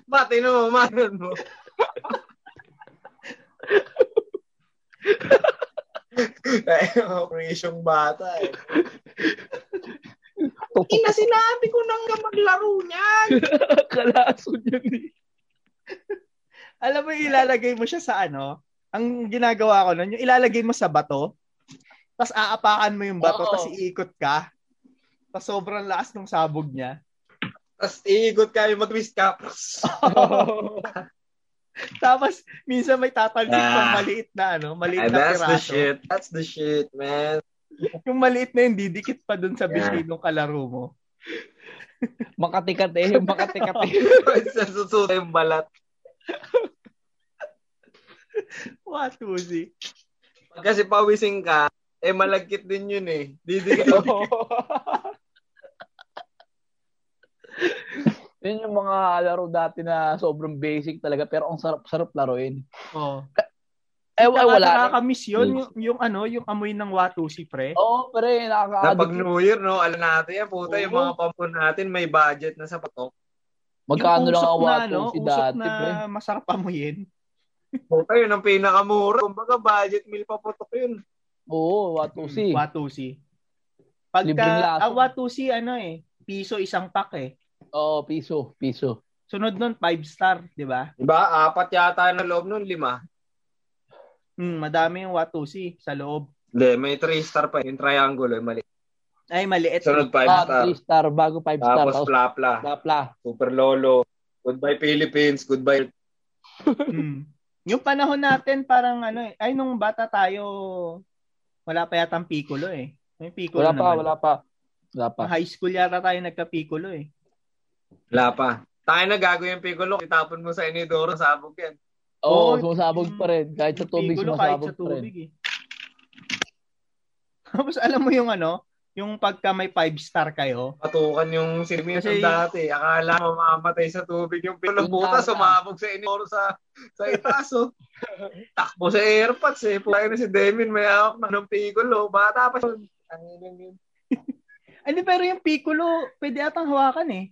[SPEAKER 3] Mati na mo, manon mo. Ay, mga presyong bata eh.
[SPEAKER 1] Tok, tok,
[SPEAKER 3] Ina, sinabi ko nang maglaro niyan.
[SPEAKER 1] Nakakalasod yun eh.
[SPEAKER 2] Alam mo, ilalagay mo siya sa ano, ang ginagawa ko nun, yung ilalagay mo sa bato, tapos aapakan mo yung bato,
[SPEAKER 1] Oo.
[SPEAKER 2] tapos iikot ka, tapos sobrang lakas ng sabog niya.
[SPEAKER 3] Tapos iigot kayo mag-twist ka.
[SPEAKER 2] tapos, minsan may tatansik pang
[SPEAKER 3] Ah.
[SPEAKER 2] maliit na ano, maliit
[SPEAKER 3] And
[SPEAKER 2] na
[SPEAKER 3] that's the
[SPEAKER 2] piraso.
[SPEAKER 3] shit. That's the shit, man.
[SPEAKER 2] Yung maliit na yun, didikit pa dun sa
[SPEAKER 3] Yeah.
[SPEAKER 2] bisig ng kalaro mo.
[SPEAKER 1] Makatikat eh. Makatikat eh.
[SPEAKER 3] sa susunod yung balat.
[SPEAKER 2] Watusi.
[SPEAKER 3] Pag kasi pawising ka, eh malagkit din yun eh. Didikit.
[SPEAKER 1] Yun yung mga laro dati na sobrang basic talaga pero ang sarap-sarap laruin.
[SPEAKER 2] Oh.
[SPEAKER 1] Eh,
[SPEAKER 2] Ay,
[SPEAKER 1] ay, wala. na.
[SPEAKER 2] Nakakamiss yun, yung, yung ano, yung amoy ng watusi, pre.
[SPEAKER 1] Oo, pero eh,
[SPEAKER 3] Na pag
[SPEAKER 1] nakaka-addict.
[SPEAKER 3] New Year, no? Alam natin yan, puta.
[SPEAKER 2] Oo.
[SPEAKER 3] Yung mga pampun natin, may budget na sa patok.
[SPEAKER 1] Magkano
[SPEAKER 2] Yung
[SPEAKER 1] lang
[SPEAKER 2] usok
[SPEAKER 1] ang
[SPEAKER 2] na,
[SPEAKER 1] wato
[SPEAKER 2] ano,
[SPEAKER 1] si
[SPEAKER 2] usok
[SPEAKER 1] dati,
[SPEAKER 2] na
[SPEAKER 1] pre.
[SPEAKER 2] masarap amuyin.
[SPEAKER 3] Puta, yun ang pinakamura. Kumbaga, budget meal pa putok yun.
[SPEAKER 1] Oo, wato si.
[SPEAKER 2] Mm, Watusi. Pagka,
[SPEAKER 1] Libreng laso.
[SPEAKER 2] ah, watusi, ano eh, piso isang pack eh.
[SPEAKER 1] Oo, piso, piso.
[SPEAKER 2] Sunod nun, five star, di ba?
[SPEAKER 3] Diba? Apat yata na loob nun, lima.
[SPEAKER 2] Hmm, madami yung watusi sa loob.
[SPEAKER 3] Hindi, may three star pa. Yung triangle, yung mali.
[SPEAKER 2] Ay, maliit.
[SPEAKER 3] Sunod five
[SPEAKER 1] Ah,
[SPEAKER 3] star.
[SPEAKER 1] 3 star bago 5 star.
[SPEAKER 3] Tapos
[SPEAKER 1] Tapos
[SPEAKER 3] plapla.
[SPEAKER 1] Lapla.
[SPEAKER 3] Super lolo. Goodbye Philippines. Goodbye. Mm.
[SPEAKER 2] Hmm. Yung panahon natin, parang ano eh, ay, nung bata tayo, wala pa yatang piccolo eh. May piccolo
[SPEAKER 1] Wala pa,
[SPEAKER 2] naman.
[SPEAKER 1] wala pa. Wala pa.
[SPEAKER 2] High school yata tayo nagka-piccolo eh.
[SPEAKER 3] Wala pa. Tayo na gago yung piccolo. Itapon mo sa inidoro. Sabog yan.
[SPEAKER 1] Oo,
[SPEAKER 2] Oo,
[SPEAKER 1] sumasabog pa rin. Kahit sa
[SPEAKER 2] Yung
[SPEAKER 1] tubig,
[SPEAKER 2] piccolo kahit
[SPEAKER 1] sumasabog
[SPEAKER 2] sa
[SPEAKER 1] pa rin.
[SPEAKER 2] tubig eh. Tapos alam mo yung ano, yung pagka may five star kayo,
[SPEAKER 3] Patukan yung sinimin
[SPEAKER 2] Kasi-
[SPEAKER 3] ng dati. Akala mo mamatay sa tubig yung piccolo.
[SPEAKER 1] Yung
[SPEAKER 3] Puta,
[SPEAKER 1] tama.
[SPEAKER 3] sumabog sa inidoro sa sa itaas. Oh. Takbo sa airpods eh. Puta na si Demin. May hawak na ng piccolo. Bata pa siya. Ang ilang yun.
[SPEAKER 2] ano pero yung piccolo, pwede atang hawakan eh.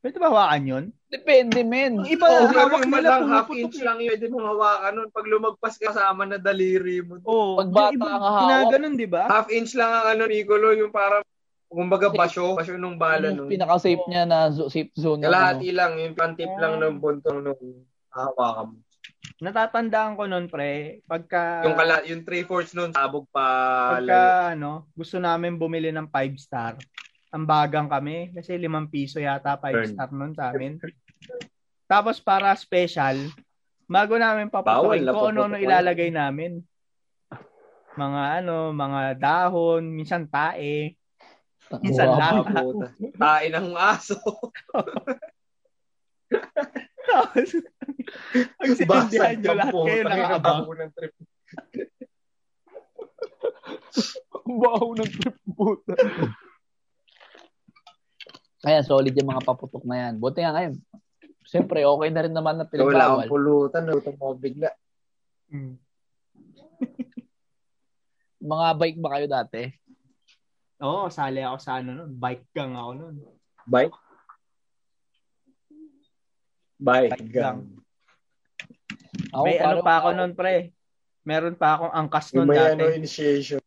[SPEAKER 2] Pwede ba hawakan yun?
[SPEAKER 1] Depende, men.
[SPEAKER 2] Yung iba,
[SPEAKER 3] Oh,
[SPEAKER 2] hawak
[SPEAKER 3] yung
[SPEAKER 2] nila,
[SPEAKER 3] malang half
[SPEAKER 2] pumuputok
[SPEAKER 3] inch
[SPEAKER 2] eh.
[SPEAKER 3] lang yun. Pwede mong hawakan nun. Pag lumagpas ka, kasama na daliri mo.
[SPEAKER 2] Oo.
[SPEAKER 1] Pag bata
[SPEAKER 2] yung iba,
[SPEAKER 1] ang hawak.
[SPEAKER 2] Ginaganon, di ba?
[SPEAKER 3] Half inch lang ang ano, Piccolo, yung parang, kumbaga
[SPEAKER 1] Safe.
[SPEAKER 3] basyo, basyo nung bala
[SPEAKER 1] Ano Yung
[SPEAKER 3] nun.
[SPEAKER 1] pinaka-safe niya na zo- safe zone. na ano.
[SPEAKER 2] Ah.
[SPEAKER 3] Kalahati lang, yung pantip lang ng buntong nung hawakan mo.
[SPEAKER 2] Natatandaan ko nun, pre, pagka,
[SPEAKER 3] Yung, kala, yung three-fourths nun, sabog pa.
[SPEAKER 2] Ah. pagka ano, gusto namin bumili ng 5 star. Ang bagang kami, kasi 5 piso yata 5
[SPEAKER 3] Burn.
[SPEAKER 2] star nun sa amin. Tapos para special, bago namin
[SPEAKER 3] Bawal
[SPEAKER 2] paputukin
[SPEAKER 3] na
[SPEAKER 2] kung ano-ano
[SPEAKER 3] paputukin.
[SPEAKER 2] ilalagay namin. Mga ano, mga dahon, minsan tae. Minsan
[SPEAKER 1] ano? Wow.
[SPEAKER 2] lang.
[SPEAKER 3] Paputa. Tain ng aso.
[SPEAKER 2] Tapos, ang sinindihan
[SPEAKER 3] Basag
[SPEAKER 2] nyo lahat kayo
[SPEAKER 3] putang ina,
[SPEAKER 2] nakakabang.
[SPEAKER 3] bago ng trip.
[SPEAKER 2] Ang baho ng trip puta.
[SPEAKER 1] Kaya solid yung mga paputok na yan. Buti nga ngayon. Siyempre, okay na rin naman na
[SPEAKER 3] Wala akong
[SPEAKER 1] pinagbawal.
[SPEAKER 3] pulutan. Lutan mo bigla.
[SPEAKER 2] Hmm.
[SPEAKER 1] Mga bike ba kayo dati?
[SPEAKER 2] Oo, sali ako sa ano nun. Bike gang ako nun.
[SPEAKER 3] Bye. Bye.
[SPEAKER 2] Bike gang.
[SPEAKER 1] Ako,
[SPEAKER 2] May ano
[SPEAKER 1] parang-
[SPEAKER 2] pa ako nun, pre. Meron pa akong angkas
[SPEAKER 3] Yung
[SPEAKER 2] nun
[SPEAKER 3] may ano,
[SPEAKER 2] dati.
[SPEAKER 3] initiation.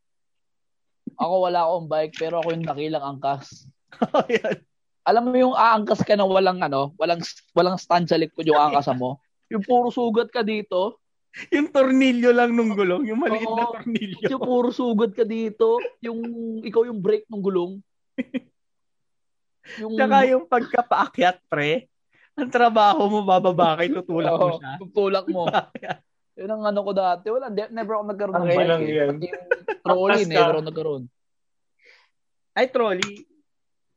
[SPEAKER 1] Ako wala akong bike, pero ako yung nakilang angkas.
[SPEAKER 2] Oh, yan.
[SPEAKER 1] Alam mo yung aangkas ka na walang ano, walang walang stand sa likod yung aangkas mo? Yung puro sugat ka dito.
[SPEAKER 2] yung tornilyo lang nung gulong. Yung maliit na
[SPEAKER 1] Oo.
[SPEAKER 2] tornilyo.
[SPEAKER 1] Yung puro sugat ka dito. Yung ikaw yung brake ng gulong. Yung,
[SPEAKER 2] Tsaka yung pagkapaakyat, pre. Ang trabaho mo, bababa kay tutulak mo
[SPEAKER 1] Oo,
[SPEAKER 2] siya.
[SPEAKER 1] tutulak mo. Yun ang ano ko dati. Wala, de- never ako nagkaroon ng
[SPEAKER 3] Ang
[SPEAKER 1] bike.
[SPEAKER 3] ilang
[SPEAKER 1] eh.
[SPEAKER 3] yan.
[SPEAKER 1] Pati yung trolley,
[SPEAKER 3] Angkas ka.
[SPEAKER 1] never ako nagkaroon.
[SPEAKER 2] Ay, trolley.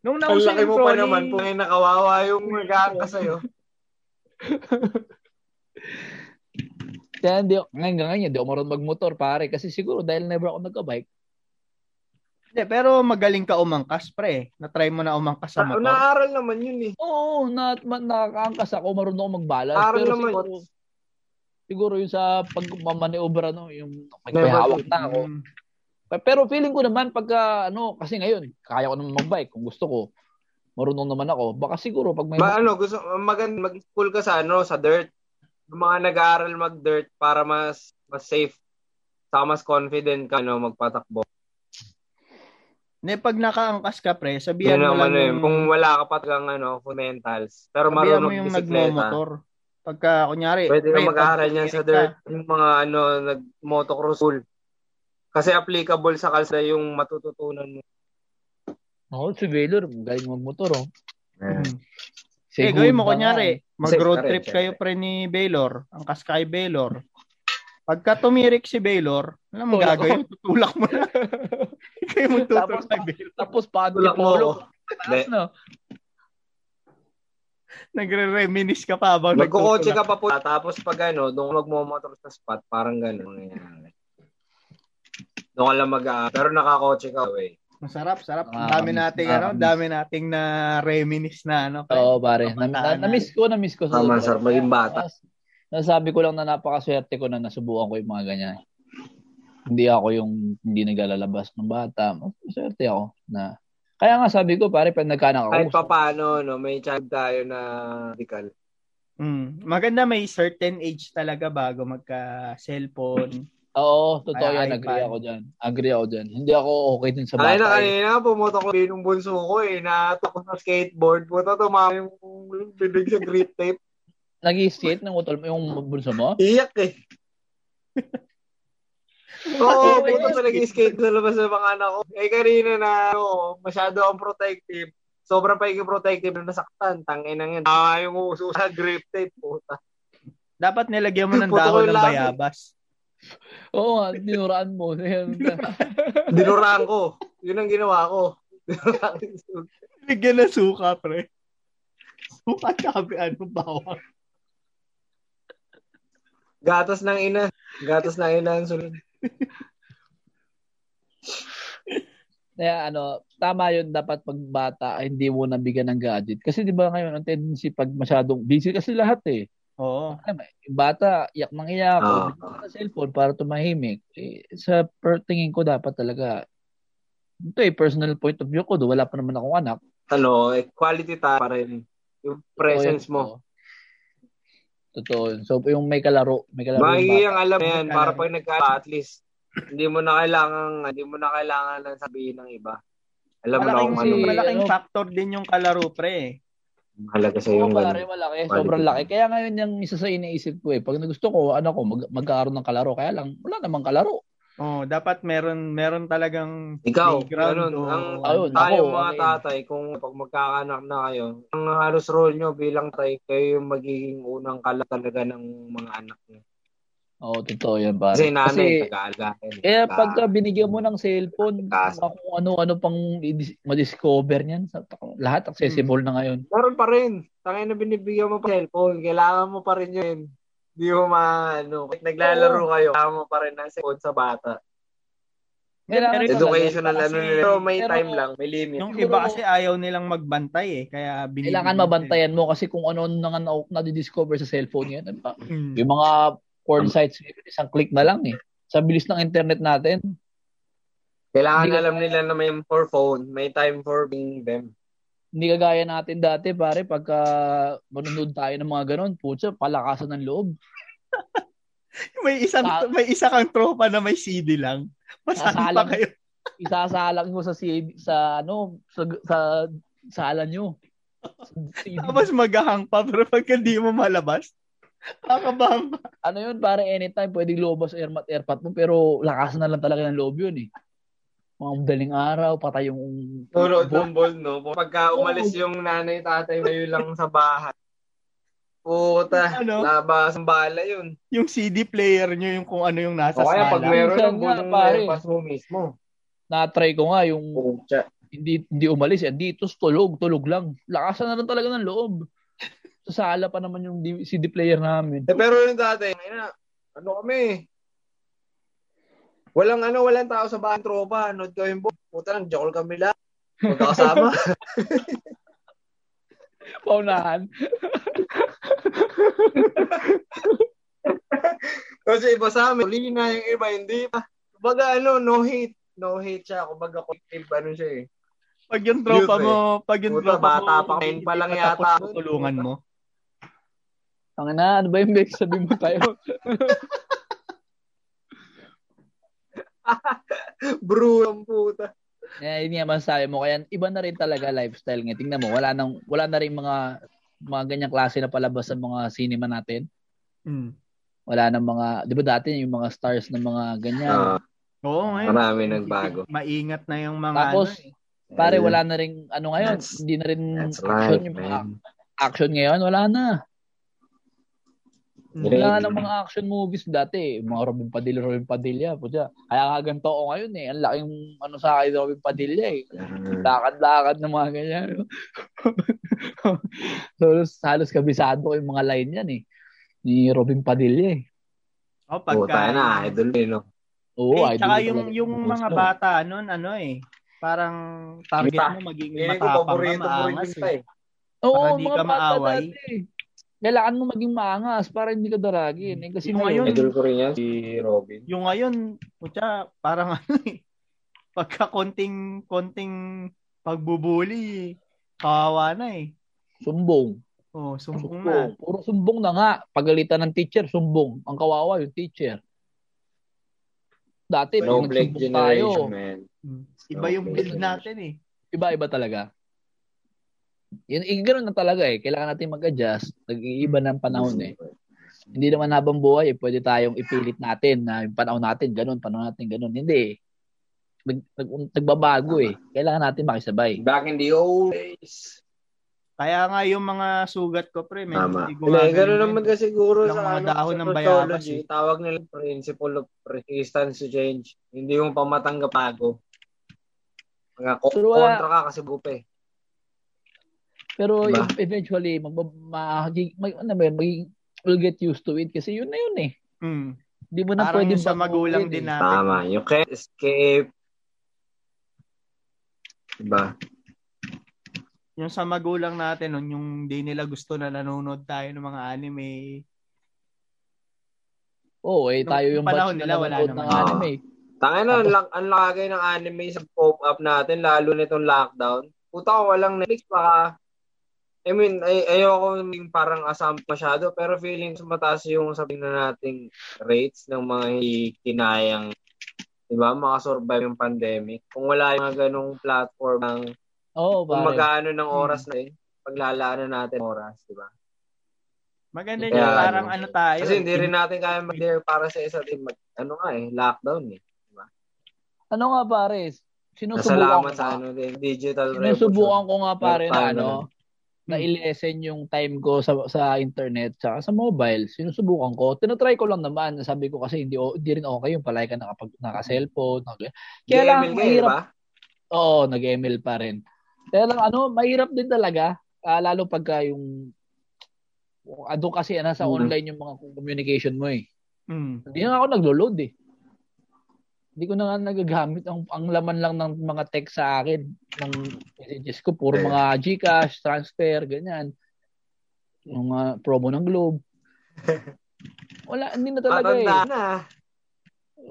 [SPEAKER 2] Nung
[SPEAKER 3] Ang
[SPEAKER 2] nauso
[SPEAKER 3] laki
[SPEAKER 2] yung
[SPEAKER 3] mo pa
[SPEAKER 2] trolley,
[SPEAKER 3] naman. Kung ay nakawawa yung magaan ka sa'yo.
[SPEAKER 1] Kaya hindi, ako- ngayon hanggang ngayon, hindi ako marunong magmotor, pare. Kasi siguro, dahil never ako nagka-bike.
[SPEAKER 2] Hindi, pero magaling ka umangkas, pre. Natry mo na umangkas sa
[SPEAKER 3] Ah,
[SPEAKER 2] motor.
[SPEAKER 3] Naaral naman yun eh.
[SPEAKER 1] Oo, na, ma, nakakaangkas ako, marunong ako mag-balance.
[SPEAKER 3] Parang
[SPEAKER 1] pero
[SPEAKER 3] naman.
[SPEAKER 1] siguro, siguro yung sa pagmamaniobra, no, yung may, may
[SPEAKER 3] Never
[SPEAKER 1] hawak
[SPEAKER 3] did.
[SPEAKER 1] na ako.
[SPEAKER 2] Mm.
[SPEAKER 1] Pero feeling ko naman, pagka, ano, kasi ngayon, kaya ko naman mag-bike kung gusto ko. Marunong naman ako. Baka siguro, pag may...
[SPEAKER 3] Ba, ano, gusto, maganda, mag-school ka sa ano, sa dirt. Yung mga nag-aaral mag-dirt para mas, mas safe. Saka mas confident ka, ano, magpatakbo.
[SPEAKER 2] Hindi, pag nakaangkas ka, pre, sabihan
[SPEAKER 3] Yan
[SPEAKER 2] mo
[SPEAKER 3] naman
[SPEAKER 2] lang
[SPEAKER 3] eh.
[SPEAKER 2] yung,
[SPEAKER 3] Kung wala ka pa kang, ano, fundamentals. Pero
[SPEAKER 2] sabihan mo
[SPEAKER 3] marunong
[SPEAKER 2] yung
[SPEAKER 3] bisikleta.
[SPEAKER 2] nagmo-motor. Pagka, kunyari,
[SPEAKER 3] Pwede
[SPEAKER 2] pre,
[SPEAKER 3] kang mag-aaral
[SPEAKER 2] pag-
[SPEAKER 3] niyan sa dirt.
[SPEAKER 2] ah.
[SPEAKER 3] Yung mga, ano, nag-motocross school. Kasi applicable sa kalsada yung matututunan mo.
[SPEAKER 1] Oo, oh, si Baylor, galing magmotor, oh.
[SPEAKER 2] Mm. Eh, gawin mo, kunyari, mag-road
[SPEAKER 3] Safe ka rin,
[SPEAKER 2] trip
[SPEAKER 3] syempre.
[SPEAKER 2] kayo, pre, ni Baylor. Angkas ka kay Baylor. Pagka tumirik si Baylor, alam mo
[SPEAKER 1] Tulak
[SPEAKER 2] gagawin, tutulak mo na. Ikaw yung magtutulak
[SPEAKER 1] Tapos-
[SPEAKER 2] kay Baylor.
[SPEAKER 1] Tapos, Ano? paano
[SPEAKER 3] Tulak mo ako.
[SPEAKER 1] Taas, no?
[SPEAKER 2] Nagre-reminis ka pa habang
[SPEAKER 3] Magkukotse
[SPEAKER 2] nagtutulak.
[SPEAKER 3] ka pa po. Tapos pag ano, doon ka magmumotor sa spot, parang gano'n nangyayari. Doon ka lang mag ah, Pero nakakotse ka away.
[SPEAKER 2] Masarap, sarap. Ang
[SPEAKER 1] Ah,
[SPEAKER 2] dami nating, ano,
[SPEAKER 1] ah,
[SPEAKER 2] dami nating na reminis na, ano, pre.
[SPEAKER 1] Oo, pare. Na, na,
[SPEAKER 2] Kabataan
[SPEAKER 1] na-miss ko, na-miss ko.
[SPEAKER 3] Tama, sir. Maging bata.
[SPEAKER 1] Nas- Nasabi ko lang na napakaswerte ko na nasubukan ko yung mga ganyan. Hindi ako yung hindi naglalabas ng bata. Swerte ako na. Kaya nga sabi ko, pare, pag nagkanak ako,
[SPEAKER 3] Kahit
[SPEAKER 1] gusto
[SPEAKER 3] pa paano, no, may child tayo na radical.
[SPEAKER 2] Mm. Maganda may certain age talaga bago magka-cellphone.
[SPEAKER 1] Oo, totoo
[SPEAKER 2] Kaya
[SPEAKER 1] yan. Agree
[SPEAKER 2] iPad.
[SPEAKER 1] ako dyan. Agree ako dyan. Hindi ako okay din sa bata.
[SPEAKER 3] Ay na,
[SPEAKER 1] eh.
[SPEAKER 3] kanina, pumoto ko yung bunso ko eh. Natakot sa skateboard. Puta, tumama yung bibig sa grip tape.
[SPEAKER 1] Nag-skate ng utol mo yung bulso mo?
[SPEAKER 3] Iyak eh. Oo, oh,
[SPEAKER 2] Ay,
[SPEAKER 3] puta pa nag-skate sa labas ng mga anak ko. Eh, kanina na, ano, masyado ang protective. Sobrang pagiging protective na nasaktan. Tangin na yun. Ah, yung uso sa grip tape, puta.
[SPEAKER 2] Dapat nilagyan mo ng
[SPEAKER 3] Puto
[SPEAKER 2] dahon ng
[SPEAKER 3] lang.
[SPEAKER 2] bayabas.
[SPEAKER 1] Oo nga, dinuraan mo. Ayan.
[SPEAKER 3] Dinuraan ko. Yun ang ginawa ko. Dinuraan ko yung sugat.
[SPEAKER 2] Nilagyan ng suka, pre. Suka sabi, ano, bawang.
[SPEAKER 3] Gatas ng ina. Gatas ng ina ang sunod.
[SPEAKER 1] Kaya ano, tama yun dapat pag bata ay hindi mo nabigyan ng gadget. Kasi di ba ngayon ang tendency pag masyadong busy kasi lahat eh.
[SPEAKER 2] Oo.
[SPEAKER 1] Alam, mo, yung bata, iyak nang iyak.
[SPEAKER 3] Oo.
[SPEAKER 1] o bigyan mo ng cellphone para tumahimik. Eh, sa per- tingin ko dapat talaga, ito eh, personal point of view ko, do, wala pa naman akong anak.
[SPEAKER 3] Ano, eh, quality time pa rin. Yung presence
[SPEAKER 1] Totoo yun,
[SPEAKER 3] mo.
[SPEAKER 1] totoo. Totoo. yun. So, yung may kalaro, may kalaro
[SPEAKER 3] Magiging
[SPEAKER 1] yung bata.
[SPEAKER 3] ang alam mo yan para pag nagka at least hindi mo na kailangan hindi mo na kailangan lang sabihin ng iba. Alam mo na
[SPEAKER 2] Malaking,
[SPEAKER 3] kung ano.
[SPEAKER 1] si-
[SPEAKER 2] malaking
[SPEAKER 1] ano.
[SPEAKER 2] factor din yung kalaro, pre.
[SPEAKER 5] Mahalaga sa
[SPEAKER 1] Oo,
[SPEAKER 5] yung
[SPEAKER 1] pare,
[SPEAKER 5] ganun.
[SPEAKER 1] malaki.
[SPEAKER 5] Quality.
[SPEAKER 1] Sobrang laki. Kaya ngayon yung isa sa iniisip ko eh. Pag gusto ko, ano ko, mag magkakaroon ng kalaro. Kaya lang, wala namang kalaro.
[SPEAKER 2] Oh, dapat meron meron talagang
[SPEAKER 5] Ikaw,
[SPEAKER 2] playground
[SPEAKER 3] ganun,
[SPEAKER 2] o-
[SPEAKER 3] ang-
[SPEAKER 1] Ayun,
[SPEAKER 3] Tayo
[SPEAKER 1] ako, ano
[SPEAKER 3] mga
[SPEAKER 1] yun.
[SPEAKER 3] tatay, kung pag magkakaanak na kayo, ang halos role nyo bilang tay, kayo yung magiging unang kala talaga ng mga anak nyo.
[SPEAKER 1] Oo, totoo yan, pare.
[SPEAKER 3] Kasi nanay, eh, taga-alain.
[SPEAKER 1] Kaya pagka binigyan mo ng cellphone,
[SPEAKER 3] Taas.
[SPEAKER 1] baka kung ano-ano pang i- madiscover niyan. sa- Lahat accessible na ngayon.
[SPEAKER 3] Meron pa rin. Tangay na binibigyan mo pa cellphone, kailangan mo pa rin yun. Hindi mo maano. Kahit naglalaro kayo, kailangan mo pa rin ng cellphone sa bata.
[SPEAKER 1] Kailangan
[SPEAKER 2] Pero-
[SPEAKER 1] talaga.
[SPEAKER 3] Educational, ano
[SPEAKER 2] Kasi-
[SPEAKER 3] nila. Pero may
[SPEAKER 1] pero-
[SPEAKER 3] time lang, may limit.
[SPEAKER 2] Yung
[SPEAKER 1] Siguro-
[SPEAKER 2] iba kasi ayaw nilang magbantay eh. Kaya binibigyan
[SPEAKER 1] Kailangan mabantayan mo kasi kung ano na nga na- na-discover sa cellphone yan. Ano ba?
[SPEAKER 2] Mm.
[SPEAKER 1] Yung mga porn sites, isang click na lang eh. Sa bilis ng internet natin,
[SPEAKER 3] Kailangan
[SPEAKER 1] Hindi ko-
[SPEAKER 3] alam nila na may for phone, may time for being them.
[SPEAKER 1] hindi kagaya natin dati pare pagka manunod tayo ng mga ganun putya palakasan ng loob
[SPEAKER 2] May isang
[SPEAKER 1] Ah.
[SPEAKER 2] may isa kang tropa na may CD lang. Masali pa
[SPEAKER 1] Sasalang.
[SPEAKER 2] kayo.
[SPEAKER 1] isasalang mo sa CD, sa ano sa sa sala nyo Sa CD.
[SPEAKER 2] Tapos maghahang pa pero pagka di mo malabas, kakabang ka.
[SPEAKER 1] ano yun pare anytime pwedeng lumabas airmat airpat mo pero lakasan na lang talaga ng loob yun eh mga madaling araw patay yung
[SPEAKER 3] Nunod
[SPEAKER 1] Bo-
[SPEAKER 3] ng ball, no? Pagka umalis yung nanay, tatay, kayo lang sa bahay. Puta,
[SPEAKER 2] Ano?
[SPEAKER 3] labas ang bala yun.
[SPEAKER 2] Yung CD player nyo, yung kung ano yung nasa
[SPEAKER 3] O kaya pag
[SPEAKER 2] sala.
[SPEAKER 3] meron
[SPEAKER 1] Minsan
[SPEAKER 3] ng
[SPEAKER 1] nga,
[SPEAKER 3] gunang
[SPEAKER 1] pare.
[SPEAKER 3] pass mo mismo.
[SPEAKER 1] na-try ko nga yung
[SPEAKER 3] Pucha.
[SPEAKER 1] hindi hindi umalis eh dito tulog tulog lang lakasan na lang talaga ng loob sa sala pa naman yung D- CD player namin
[SPEAKER 3] Eh, pero yung dati, ina, ano kami? Walang ano, walang tao sa bahay, tropa. Anood ko yung book. Puta lang, jokol kami lahat. Magkakasama.
[SPEAKER 1] paunahan
[SPEAKER 3] Kasi iba sa amin, huli na yung iba, hindi pa. Kumbaga ano, no hate. No hate siya. Kumbaga collective, ano siya eh.
[SPEAKER 2] Pag yung tropa
[SPEAKER 3] Yun,
[SPEAKER 2] mo, pag yung
[SPEAKER 3] Puta,
[SPEAKER 2] tropa
[SPEAKER 3] bata
[SPEAKER 2] mo,
[SPEAKER 3] pa, ngayon pa lang
[SPEAKER 2] hindi matapos
[SPEAKER 3] yata.
[SPEAKER 2] mo, tulungan mo.
[SPEAKER 1] Ang na, ano ba yung Bex? Sabi mo tayo.
[SPEAKER 3] Bro, ang puta.
[SPEAKER 1] eh, yun nga masasabi mo. Kaya iba na rin talaga lifestyle ngayon. Tingnan mo, wala, nang, wala na rin mga mga ganyang klase na palabas sa mga cinema natin.
[SPEAKER 2] Mm.
[SPEAKER 1] Wala nang mga, di ba dati yung mga stars ng mga ganyan.
[SPEAKER 3] Ah,
[SPEAKER 2] Oo, ngayon.
[SPEAKER 3] marami nagbago.
[SPEAKER 2] Maingat na yung mga
[SPEAKER 1] Tapos,
[SPEAKER 2] ano, eh.
[SPEAKER 1] pare, wala na rin, ano ngayon,
[SPEAKER 5] That's-
[SPEAKER 1] hindi na rin
[SPEAKER 5] That's
[SPEAKER 1] action
[SPEAKER 5] life,
[SPEAKER 1] yung mga
[SPEAKER 5] man.
[SPEAKER 1] action ngayon. Wala na.
[SPEAKER 2] Mm.
[SPEAKER 5] Great.
[SPEAKER 1] Wala na ng mga action movies dati. eh. Mga Robin Padilla, Robin Padilla. Putya. Kaya nga ganito ako ngayon eh. Ang laking ano sa akin Robin Padilla eh. Lakad-lakad ng mga ganyan. no? so, halos, halos kabisado ko yung mga line yan eh. Ni Robin Padilla eh.
[SPEAKER 2] Oh,
[SPEAKER 5] Puta
[SPEAKER 2] pagka,
[SPEAKER 5] na, idol eh, no?
[SPEAKER 1] Oo, idol
[SPEAKER 2] eh, tsaka
[SPEAKER 1] ko
[SPEAKER 2] yung,
[SPEAKER 1] talaga.
[SPEAKER 2] yung mga
[SPEAKER 1] Gusto.
[SPEAKER 2] bata nun, ano eh, parang target
[SPEAKER 3] Iba.
[SPEAKER 2] mo maging
[SPEAKER 3] Hindi ko
[SPEAKER 2] matapang ka,
[SPEAKER 3] Eh, paborito mo rin
[SPEAKER 2] maangas
[SPEAKER 3] kita
[SPEAKER 2] eh.
[SPEAKER 3] eh.
[SPEAKER 1] Oo,
[SPEAKER 2] para di
[SPEAKER 1] mga
[SPEAKER 2] ka
[SPEAKER 1] bata
[SPEAKER 2] maaway.
[SPEAKER 1] dati. eh. Kailangan mo maging maangas para hindi ka daragin. Eh, kasi
[SPEAKER 2] Yung
[SPEAKER 1] ngayon,
[SPEAKER 2] ngayon,
[SPEAKER 3] Idol ko rin yan, si Robin.
[SPEAKER 2] Yung ngayon, putya, parang ano eh, pagka konting, konting pagbubuli, kawawa na eh.
[SPEAKER 1] sumbong.
[SPEAKER 2] Oh, sumbong na.
[SPEAKER 1] sumbong. Puro sumbong na nga. Pagalitan ng teacher, sumbong. Ang kawawa yung teacher. Dati, pag
[SPEAKER 3] No black
[SPEAKER 1] nagsumbong tayo,
[SPEAKER 3] generation, man.
[SPEAKER 2] Mm. Iba yung build natin eh.
[SPEAKER 1] iba-iba talaga. Yun, eh, ganun na talaga eh. Kailangan natin mag-adjust. Nag-iiba ng panahon eh. Hindi naman habang buhay eh, pwede tayong ipilit natin na yung panahon natin, ganun, panahon natin, ganun. Hindi eh. Nag, nag, nagbabago eh. Kailangan natin makisabay.
[SPEAKER 3] Back in the old days.
[SPEAKER 2] Kaya nga yung mga sugat ko pre, may
[SPEAKER 5] Tama.
[SPEAKER 2] hindi
[SPEAKER 3] Hindi,
[SPEAKER 2] gumagano
[SPEAKER 3] gano'n
[SPEAKER 2] yun.
[SPEAKER 3] naman kasi siguro
[SPEAKER 2] Yung mga
[SPEAKER 3] sa, ano,
[SPEAKER 2] dahon
[SPEAKER 3] sa
[SPEAKER 2] ng
[SPEAKER 3] sociology,
[SPEAKER 2] bayabas, eh.
[SPEAKER 3] tawag nila principle of resistance to change. Hindi yung pamatanggap bago. Mga ko-
[SPEAKER 1] Pero wala-
[SPEAKER 3] kontra ka kasi bupe.
[SPEAKER 1] Pero
[SPEAKER 3] Diba?
[SPEAKER 1] ev- eventually, magbab- magiging- mag, ano ba yun, magiging- we'll get used to it kasi yun na yun eh.
[SPEAKER 2] Mm.
[SPEAKER 1] Hindi mo na
[SPEAKER 2] Parang
[SPEAKER 1] pwedeng
[SPEAKER 2] yung sa
[SPEAKER 1] baguhin
[SPEAKER 2] magulang
[SPEAKER 1] eh.
[SPEAKER 2] din natin.
[SPEAKER 5] Tama. You can't
[SPEAKER 3] Escape.
[SPEAKER 5] Diba?
[SPEAKER 2] Yung sa magulang natin, nun, yung di nila gusto na nanonood tayo ng mga anime.
[SPEAKER 1] Oo, eh,
[SPEAKER 2] Nung
[SPEAKER 1] tayo yung
[SPEAKER 2] panahon
[SPEAKER 1] batch
[SPEAKER 2] nila,
[SPEAKER 1] na
[SPEAKER 2] wala
[SPEAKER 1] nanonood ng
[SPEAKER 2] naman.
[SPEAKER 1] anime. eh.
[SPEAKER 3] Tangin na,
[SPEAKER 1] Tapos-
[SPEAKER 3] ang, ang lagay ng anime sa pop-up natin, lalo nitong lockdown. Puta ko, walang Netflix, baka... I mean, ay, ayoko naging parang assumption masyado, pero feeling ko mataas yung sabihin na nating rates ng mga hindi kinayang, di ba, makasurvive yung pandemic. Kung wala yung mga ganong platform ng
[SPEAKER 1] Oo,
[SPEAKER 3] kung
[SPEAKER 1] pare.
[SPEAKER 3] mag-ano ng oras na eh. paglalaanan natin oras, diba? di ba?
[SPEAKER 2] Maganda
[SPEAKER 3] Kaya
[SPEAKER 2] niya,
[SPEAKER 3] ano.
[SPEAKER 2] parang ano tayo.
[SPEAKER 3] Kasi hindi rin natin kaya mag-dare para sa isa't ibang mag, ano nga eh, lockdown eh.
[SPEAKER 1] Ano nga pare? Sinusubukan ko
[SPEAKER 3] Salamat
[SPEAKER 1] na.
[SPEAKER 3] sa ano din, digital
[SPEAKER 1] Sinusubukan ko nga pare na
[SPEAKER 3] Paano?
[SPEAKER 1] ano, na
[SPEAKER 2] Hmm.
[SPEAKER 1] i-lessen yung time ko sa sa internet sa sa mobile. Sinusubukan ko. Tinatry ko lang naman. Sabi ko kasi hindi, o- hindi rin okay yung palagi ka nakapag, naka-cellphone. Naka, kaya lang,
[SPEAKER 3] Gmail ka, eh, di
[SPEAKER 1] mahirap
[SPEAKER 3] ba?
[SPEAKER 1] Oo, nag-ML pa rin. Kaya lang, ano, mahirap din talaga. Ah, lalo pagka yung... Ado kasi ah, nasa
[SPEAKER 3] Mm.
[SPEAKER 1] online yung mga communication mo eh.
[SPEAKER 2] Mm.
[SPEAKER 1] Hindi na ako naglo-load eh. Hindi ko na nga nagagamit ang, ang laman lang ng mga text sa akin. Ng messages ko, puro
[SPEAKER 3] Eh.
[SPEAKER 1] mga Gcash, transfer, ganyan. Mga promo ng Globe. Wala, hindi na talaga eh
[SPEAKER 3] Matanda na.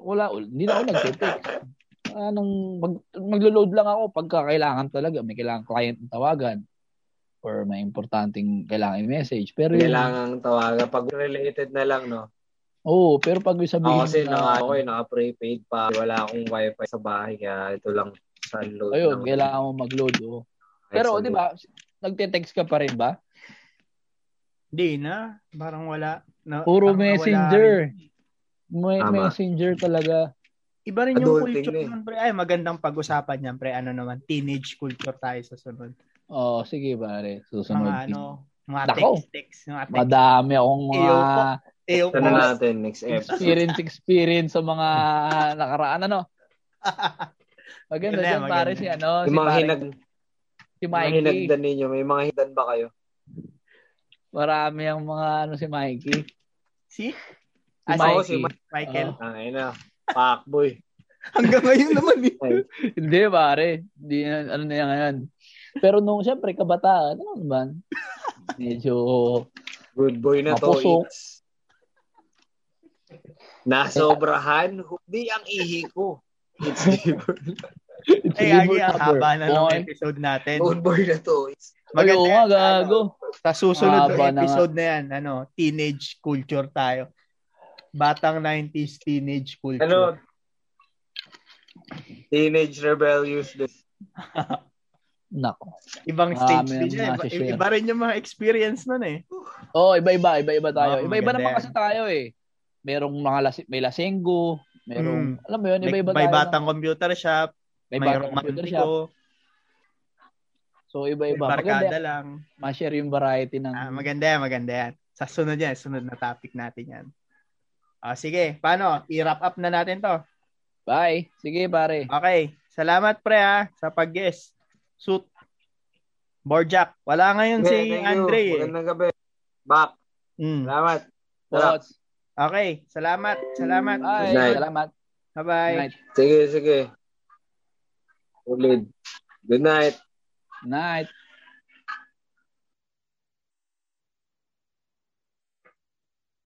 [SPEAKER 1] wala, hindi na ako nag-text. Anong mag, maglo-load lang ako pagka kailangan talaga, may kailangan client na tawagan or may importanteng kailangan i-message. Pero yun,
[SPEAKER 3] Kailangang tawagan. Pag related na lang, no?
[SPEAKER 1] oo, pero pag yung sabihin
[SPEAKER 3] Ako kasi
[SPEAKER 1] na,
[SPEAKER 3] naka, ako eh, naka-prepaid pa. Wala akong wifi sa bahay, kaya ito lang sa load.
[SPEAKER 1] ayun,
[SPEAKER 3] ng-
[SPEAKER 1] kailangan mo mag-load. oh. oo.
[SPEAKER 3] Ay,
[SPEAKER 1] Pero,
[SPEAKER 3] sorry.
[SPEAKER 1] di ba, nagte-text ka pa rin ba?
[SPEAKER 2] Hindi na. Parang Ah, wala. Na,
[SPEAKER 1] Puro
[SPEAKER 2] parang nawala rin.
[SPEAKER 1] messenger. May
[SPEAKER 3] Tama.
[SPEAKER 1] messenger talaga.
[SPEAKER 2] Iba rin yung
[SPEAKER 3] Adulting
[SPEAKER 2] culture
[SPEAKER 3] na eh.
[SPEAKER 2] nun, pre. Ay, magandang pag-usapan yan, pre. Ano naman, teenage culture tayo sa sunod.
[SPEAKER 1] Oo, Oh, sige pare, susunod.
[SPEAKER 2] Mga ano, mga
[SPEAKER 1] Nako.
[SPEAKER 2] text-text. Mga text. Eh,
[SPEAKER 1] Madami akong mga
[SPEAKER 2] Iyo po. Eyo
[SPEAKER 3] Ano
[SPEAKER 2] po.
[SPEAKER 3] natin next episode?
[SPEAKER 1] experience experience sa mga nakaraan ano. Maganda
[SPEAKER 2] Maganda,
[SPEAKER 1] dyan pare
[SPEAKER 2] maganda.
[SPEAKER 1] si ano, si
[SPEAKER 3] Yung mga
[SPEAKER 1] pare-
[SPEAKER 3] hinag,
[SPEAKER 1] si
[SPEAKER 3] mga
[SPEAKER 1] Mikey.
[SPEAKER 3] hinagdan ninyo, may mga hinagdan ba kayo?
[SPEAKER 1] Marami ang mga ano si Mikey.
[SPEAKER 2] Si?
[SPEAKER 1] Si
[SPEAKER 2] Ah,
[SPEAKER 1] Mikey. Oh.
[SPEAKER 3] oo, si Ah, Mikey.
[SPEAKER 2] Michael.
[SPEAKER 3] Ang ina, pakboy.
[SPEAKER 1] Ah.
[SPEAKER 2] Hanggang ngayon naman. eh.
[SPEAKER 1] Hindi pare. Hindi na, ano na yan ngayon. Pero nung siyempre kabataan, ano naman? Medyo
[SPEAKER 3] Good boy na to.
[SPEAKER 1] Mapusok.
[SPEAKER 3] It's... Nasobrahan, hindi ang ihi ko. It's liver.
[SPEAKER 1] it's
[SPEAKER 2] Ay,
[SPEAKER 1] liver
[SPEAKER 2] Agi, ang
[SPEAKER 1] cover.
[SPEAKER 2] haba na ng
[SPEAKER 1] Okay.
[SPEAKER 2] episode natin.
[SPEAKER 3] Good boy na to. It's...
[SPEAKER 1] Ay,
[SPEAKER 2] Maganda
[SPEAKER 1] oo
[SPEAKER 2] yan,
[SPEAKER 1] nga,
[SPEAKER 2] ano.
[SPEAKER 1] gago.
[SPEAKER 2] Sa susunod
[SPEAKER 1] Haba na
[SPEAKER 2] na episode na yan, ano, teenage culture tayo. Batang 90s teenage culture.
[SPEAKER 3] Ano? Teenage rebellious. this.
[SPEAKER 1] Nako.
[SPEAKER 2] Ibang
[SPEAKER 1] Marami
[SPEAKER 2] stage din
[SPEAKER 1] ang
[SPEAKER 2] yan. Iba,
[SPEAKER 1] masishare.
[SPEAKER 2] iba rin yung mga experience nun eh.
[SPEAKER 1] Oo, iba-iba, iba-iba tayo.
[SPEAKER 2] Oo,
[SPEAKER 1] iba-iba
[SPEAKER 2] maganda
[SPEAKER 1] naman
[SPEAKER 2] yan.
[SPEAKER 1] kasi tayo eh. Merong mga lasi, may lasenggo, merong, alam mo yun,
[SPEAKER 2] Hmm.
[SPEAKER 1] Ano,
[SPEAKER 2] May,
[SPEAKER 1] iba-iba
[SPEAKER 2] may
[SPEAKER 1] tayo. ng-
[SPEAKER 2] batang computer shop,
[SPEAKER 1] may
[SPEAKER 2] may
[SPEAKER 1] batang computer shop.
[SPEAKER 2] romantiko,
[SPEAKER 1] So, iba-iba.
[SPEAKER 2] may
[SPEAKER 1] Maganda,
[SPEAKER 2] barkada lang.
[SPEAKER 1] ma-share yung variety ng
[SPEAKER 2] Ah, maganda yan, maganda yan. Sa sunod yan, sunod na topic natin yan. Ah, sige, paano? I-wrap up na natin to.
[SPEAKER 1] Bye. Sige, pare.
[SPEAKER 2] Okay. Salamat pre ah, sa pag-guess. Suit. Borjak. Wala ngayon si
[SPEAKER 3] Yeah, thank you.
[SPEAKER 2] Andre eh.
[SPEAKER 3] Magandang gabi. Back.
[SPEAKER 2] Mm.
[SPEAKER 3] Salamat. Sarap.
[SPEAKER 1] Thoughts.
[SPEAKER 2] Okay. Salamat. Salamat.
[SPEAKER 1] Bye.
[SPEAKER 3] Good night.
[SPEAKER 1] Salamat. Good
[SPEAKER 2] Bye-bye.
[SPEAKER 1] night.
[SPEAKER 3] Sige, sige. Ulit. Good night.
[SPEAKER 1] Night.